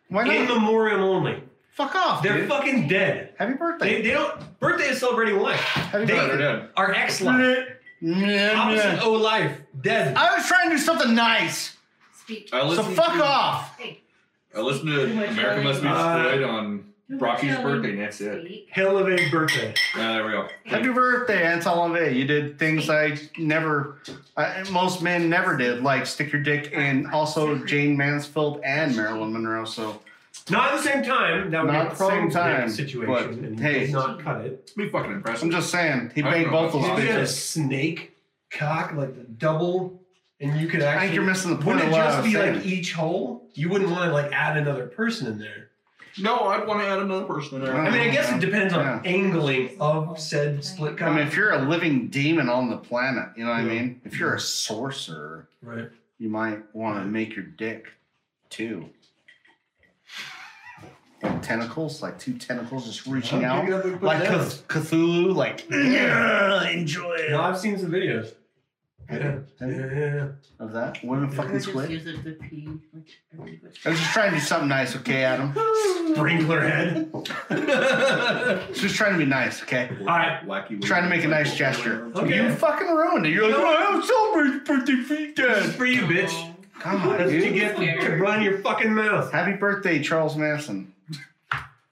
Why In not? memoriam only. Fuck off, They're dude. fucking dead. happy birthday. They, they don't. Birthday is celebrating life. happy they- birthday. Our ex life. Opposite I O life. Dead. was trying to do something nice. Speak. I So listened fuck to, Ah. off. Uh, I listened to Too much America Must Be yelling. Destroyed on. Brocky's birthday, and that's it. Speak. Hell of a birthday. Yeah, there we go. Happy birthday, Anton LaVey. You did things I never, I, most men never did, like stick your dick in also Jane Mansfield and Marilyn Monroe. So Not at the same time. That would Not be at the same a time, situation. but and he hey. did not cut it. It's pretty fucking impressive. I'm just saying, he I don't banged know both those about If you had a bitches. snake cock, like the double, and you could I actually. think you're missing the point wouldn't of it what I just was be saying. like each hole? You wouldn't want to like add another person in there. no, I'd want to add another person in there. I mean, I guess it depends on Yeah. angling of said split cock. I mean, if you're a living demon on the planet, you know what I Yeah. mean? If you're a sorcerer, right. you might want to make your dick two. Like tentacles, like two tentacles just reaching out. like Cth- Cthulhu, like "Yeah, enjoy it. No, I've seen some videos. Yeah. Yeah, yeah, yeah. Of that women Or fucking just squid. use it to pee. Like, everybody. I was just trying to do something nice, okay, Adam. Sprinkler head. Just trying to be nice, okay. right. Wacky Trying to make a nice wacky- gesture. Okay. You fucking ruined it. You're like, You know- oh, I'm so birthday feet This is dead. for you, bitch. Come on, That's what you Oh, dude. get to run your fucking mouth. Happy birthday, Charles Manson.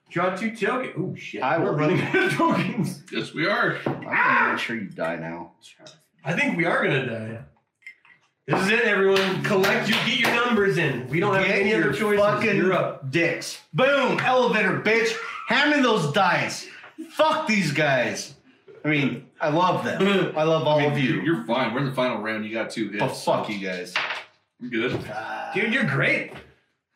Draw two tokens. Oh shit. I We're will- running out of tokens. Yes, we are. I'm gonna make sure you die now. Charles. I think we are gonna die. This is it, everyone. Collect your get your numbers in. We don't have Get any other your choices. fucking- You're up. Dicks. Boom! Elevator, bitch. Hand me those dice. Fuck these guys. I mean, I love them. I love all I mean, of you. You're fine. We're in the final round. You got two hits. But Oh, fuck you guys. I'm good. At Dude, you're great.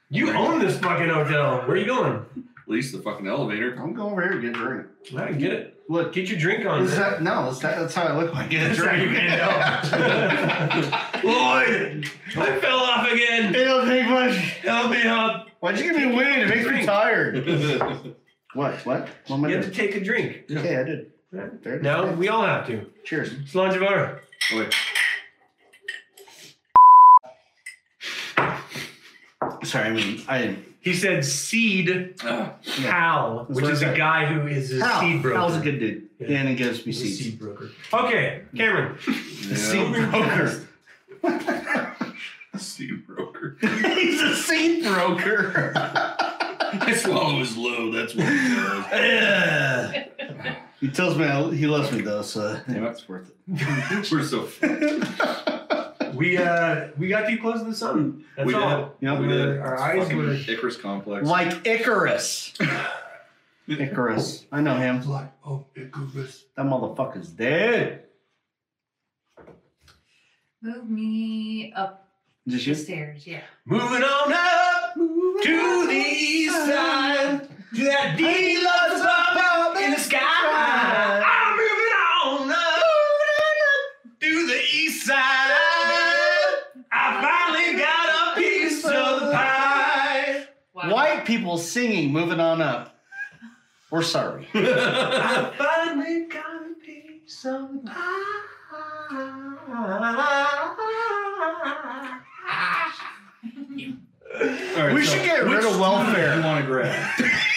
You own this fucking hotel. Where are you going? least the fucking elevator. I'm going over here to get a drink. I can get it. Look, Get your drink on. is that, no, is that, that's how I look when I get a That's how you drink. end up. Lloyd, I fell off again. It don't take much. Help me up. Why'd you give me a win? It makes me Drink. tired. That's What? What? What am I You have to doing? take a drink. Okay, I did. There it is. No, we all have to. Cheers. It's Longivar. It's sorry, I mean, I He said seed Ah, Hal, That's which what I is a said. guy who is a Hal, seed broker. Hal's a good dude, Yeah. and he gives me He's a seeds. seed broker. Okay, Cameron. yeah. Seed broker. Seed broker. He's a seed broker. I swallow his low. That's what he does. Ugh. he tells me I, he loves me though, so it's worth it. We're so. We uh we got too close to the sun. That's we all. did. Yeah. we did. Our eyes Fucking were- Icarus complex. Like Icarus. Icarus, I know him. Like, oh, it goes. That motherfucker's dead. Move me up Just the you. stairs, yeah. Moving on up to the east side. To that D loves up in the sky. I'm moving on up to the east side. I finally got a piece of the pie. White people singing, moving on up. We're sorry. I finally got a piece of the pie. All right, we so should get which rid of one do You welfare. want to grab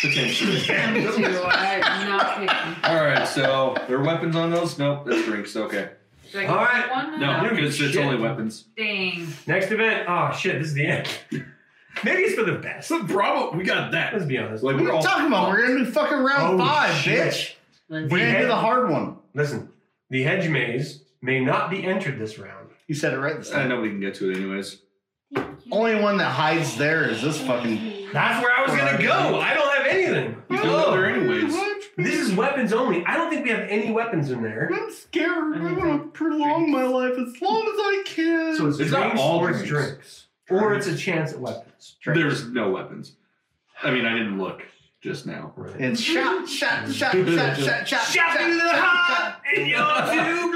potentially. I'm with you. I'm not picking. All right, so there are weapons on those. Nope, that's drinks. Okay. Do I get All right. one? No, No. because it's Shit. only weapons. Dang. Next event. Oh shit, this is the end. Maybe it's for the best. Bravo, we got that. Let's be honest. Like What are we're you all talking about? We're gonna do fucking round Oh, five, shit. bitch. Let's We're The gonna do head- the hard one. Listen, the hedge maze may not be entered this round. You said it right this I time. know we can get to it anyways. Only one that hides there is this fucking. That's where I was gonna go. I don't have anything. You can go there Oh, anyways. this is weapons only. I don't think we have any weapons in there. I'm scared. I want to prolong my life as long as I can. So it's, It's not drinks all or it's drinks. drinks. Or it's a chance at weapons. There's no weapons. I mean, I didn't look just now. Right. it's shot, shot, shot, shot, shot, shot, Shot through the heart, and you're to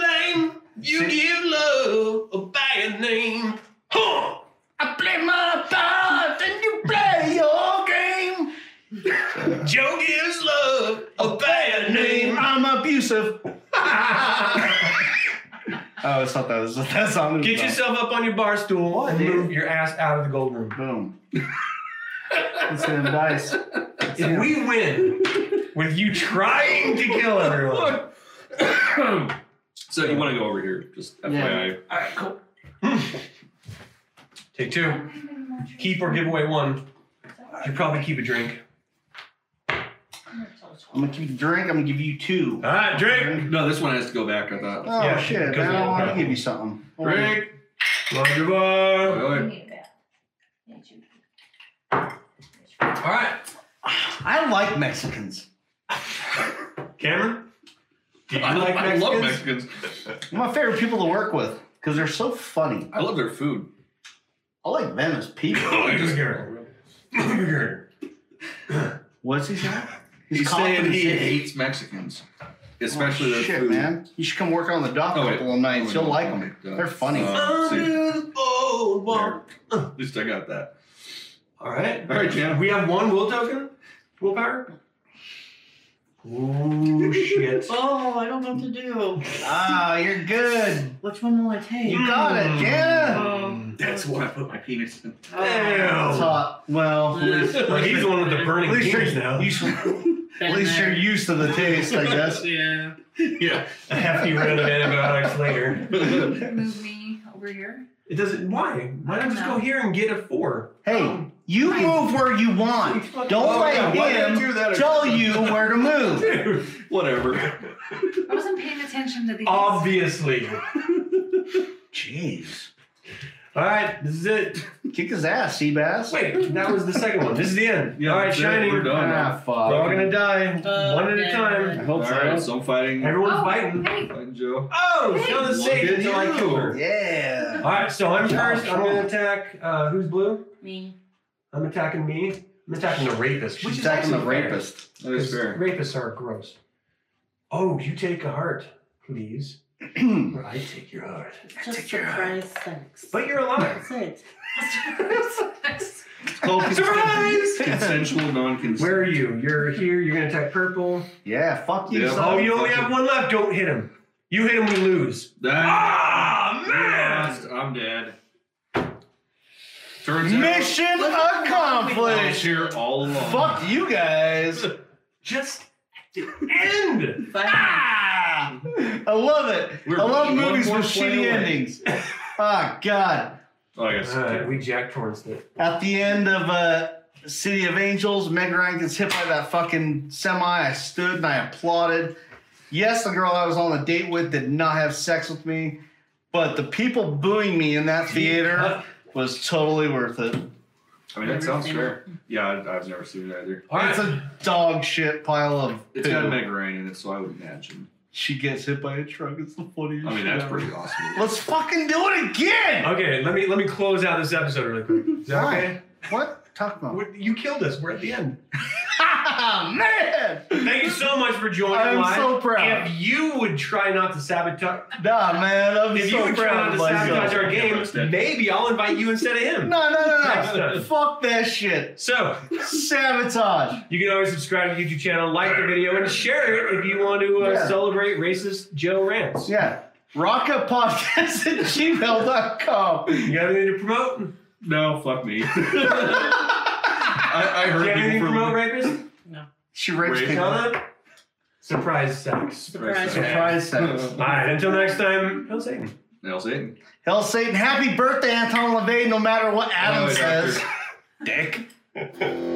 blame. You give love a bad name. Huh. I play my part and you play your game. Joe gives love a bad name. I'm abusive. Oh, I always thought that was what that song. was Get about. yourself up on your bar stool and dude? move your ass out of the gold room. Boom. It's in dice. If we win with you trying to kill everyone, so you want to go over here? Just FYI. Hmm. take two. Keep or give away one. You probably keep a drink. I'm gonna keep a drink. I'm gonna give you two. All right, drink. No, this one has to go back. I thought. Oh Oh, Yeah, shit! because Man, I we- want to give you something. Drink. Love your bar. Wait, wait. All right, I like Mexicans. Cameron. Do you I, like I Mexicans? love Mexicans. They're my favorite people to work with because they're so funny. I love their food. I like them as people. Look at her. Look at her. What's he saying? He's saying confident he as shit. hates Mexicans, especially oh, their shit, food. man. You should come work on the dock Oh, a wait. couple of nights. You'll Oh, like no. them. Uh, They're funny. uh, see, there. Under the bold wall. At least I got that. All right. All right, Jan. We have one will token. Willpower. Oh shit. Oh, I don't know what to do. Ah, you're good. Which one will I take? You got Hmm. it, yeah. Oh. That's what I put my penis in. Oh. That's hot. Well, at least, at Well, he's the one with the burning least you're penis now. used- at least you're used to the taste, I guess. Yeah. Yeah. A hefty round of antibiotics later. Move me over here. It doesn't. Why? Why not just No. go here and get a four? Hey, you move where you want. Don't Oh, yeah, let why did I him do that? tell you where to move. Whatever. I wasn't paying attention to these. Obviously. Jeez. All right, this is it. Kick his ass, Seabass. Wait, that was the second one. This is the end. Yeah, All right, that's it. shining. We're done. Ah, fuck. We're all gonna die Oh, one at a man. time. I hope All so. right, so I'm fighting. Everyone's Oh, fighting. hey. Fighting Joe. Oh, Hey, Sean is look safe at until I kill you. her. Yeah. All right, so I'm first. I'm gonna Sean. attack. Uh, who's blue? Me. I'm attacking me. I'm attacking the rapist. Which She's is attacking the actually fair. rapist. That is Because fair. Rapists are gross. Oh, you take a heart, please. Or I take your heart. Just surprise sex. But you're alive. That's it. It's called consent- Surprise! Consensual non-consent. Where are you? You're here. You're gonna attack purple. Yeah, fuck you. Yeah. son. Oh, you only have one left. Don't hit him. You hit him, we lose. That- Ah, Lost, I'm dead. Turns out Mission I was accomplished. here all along. Fuck you guys. Just at the end. Five Ah! I love it. We're I love one movies more with play shitty away. endings. Ah, God. Oh, I guess. Alright, we jack towards it. At the end of uh, City of Angels, Meg Ryan gets hit by that fucking semi. I stood and I applauded. Yes, the girl I was on a date with did not have sex with me, but the people booing me in that theater was totally worth it. I mean, that Never sounds seen fair. Yeah, I- I've never seen it either. Alright. It's a dog shit pile of. It's poo. got Meg Ryan in it, so I would imagine. She gets hit by a truck. It's the funniest. I mean, shit that's ever. pretty awesome. Let's fucking do it again. Okay, let me let me close out this episode really quick. Is that Why? okay? What? Talk about. We're- You killed us. We're at the end. Ah, man! Thank you so much for joining I'm live. so proud. If you would try not to sabotage, Nah, man, I'm if you so would try proud not of to myself. sabotage our game, maybe I'll invite you instead of him. No, no, Next no, time. no. Fuck that shit. So Sabotage. you can always subscribe to the YouTube channel, like the video, and share it if you want to uh, Yeah. celebrate racist Joe rants. Yeah. Rocketpodcast at gmail.com. You got anything to promote? No, fuck me. I, I You heard got anything people to from promote, rapist? She rapes Rape. people. Donna? Surprise sex. surprise. Surprise. Surprise sex. All right. Until next time. Hell Satan. Nails Satan. Hell, Satan, happy birthday, Anton LaVey, no matter what Adam Oh, says. doctor. Dick.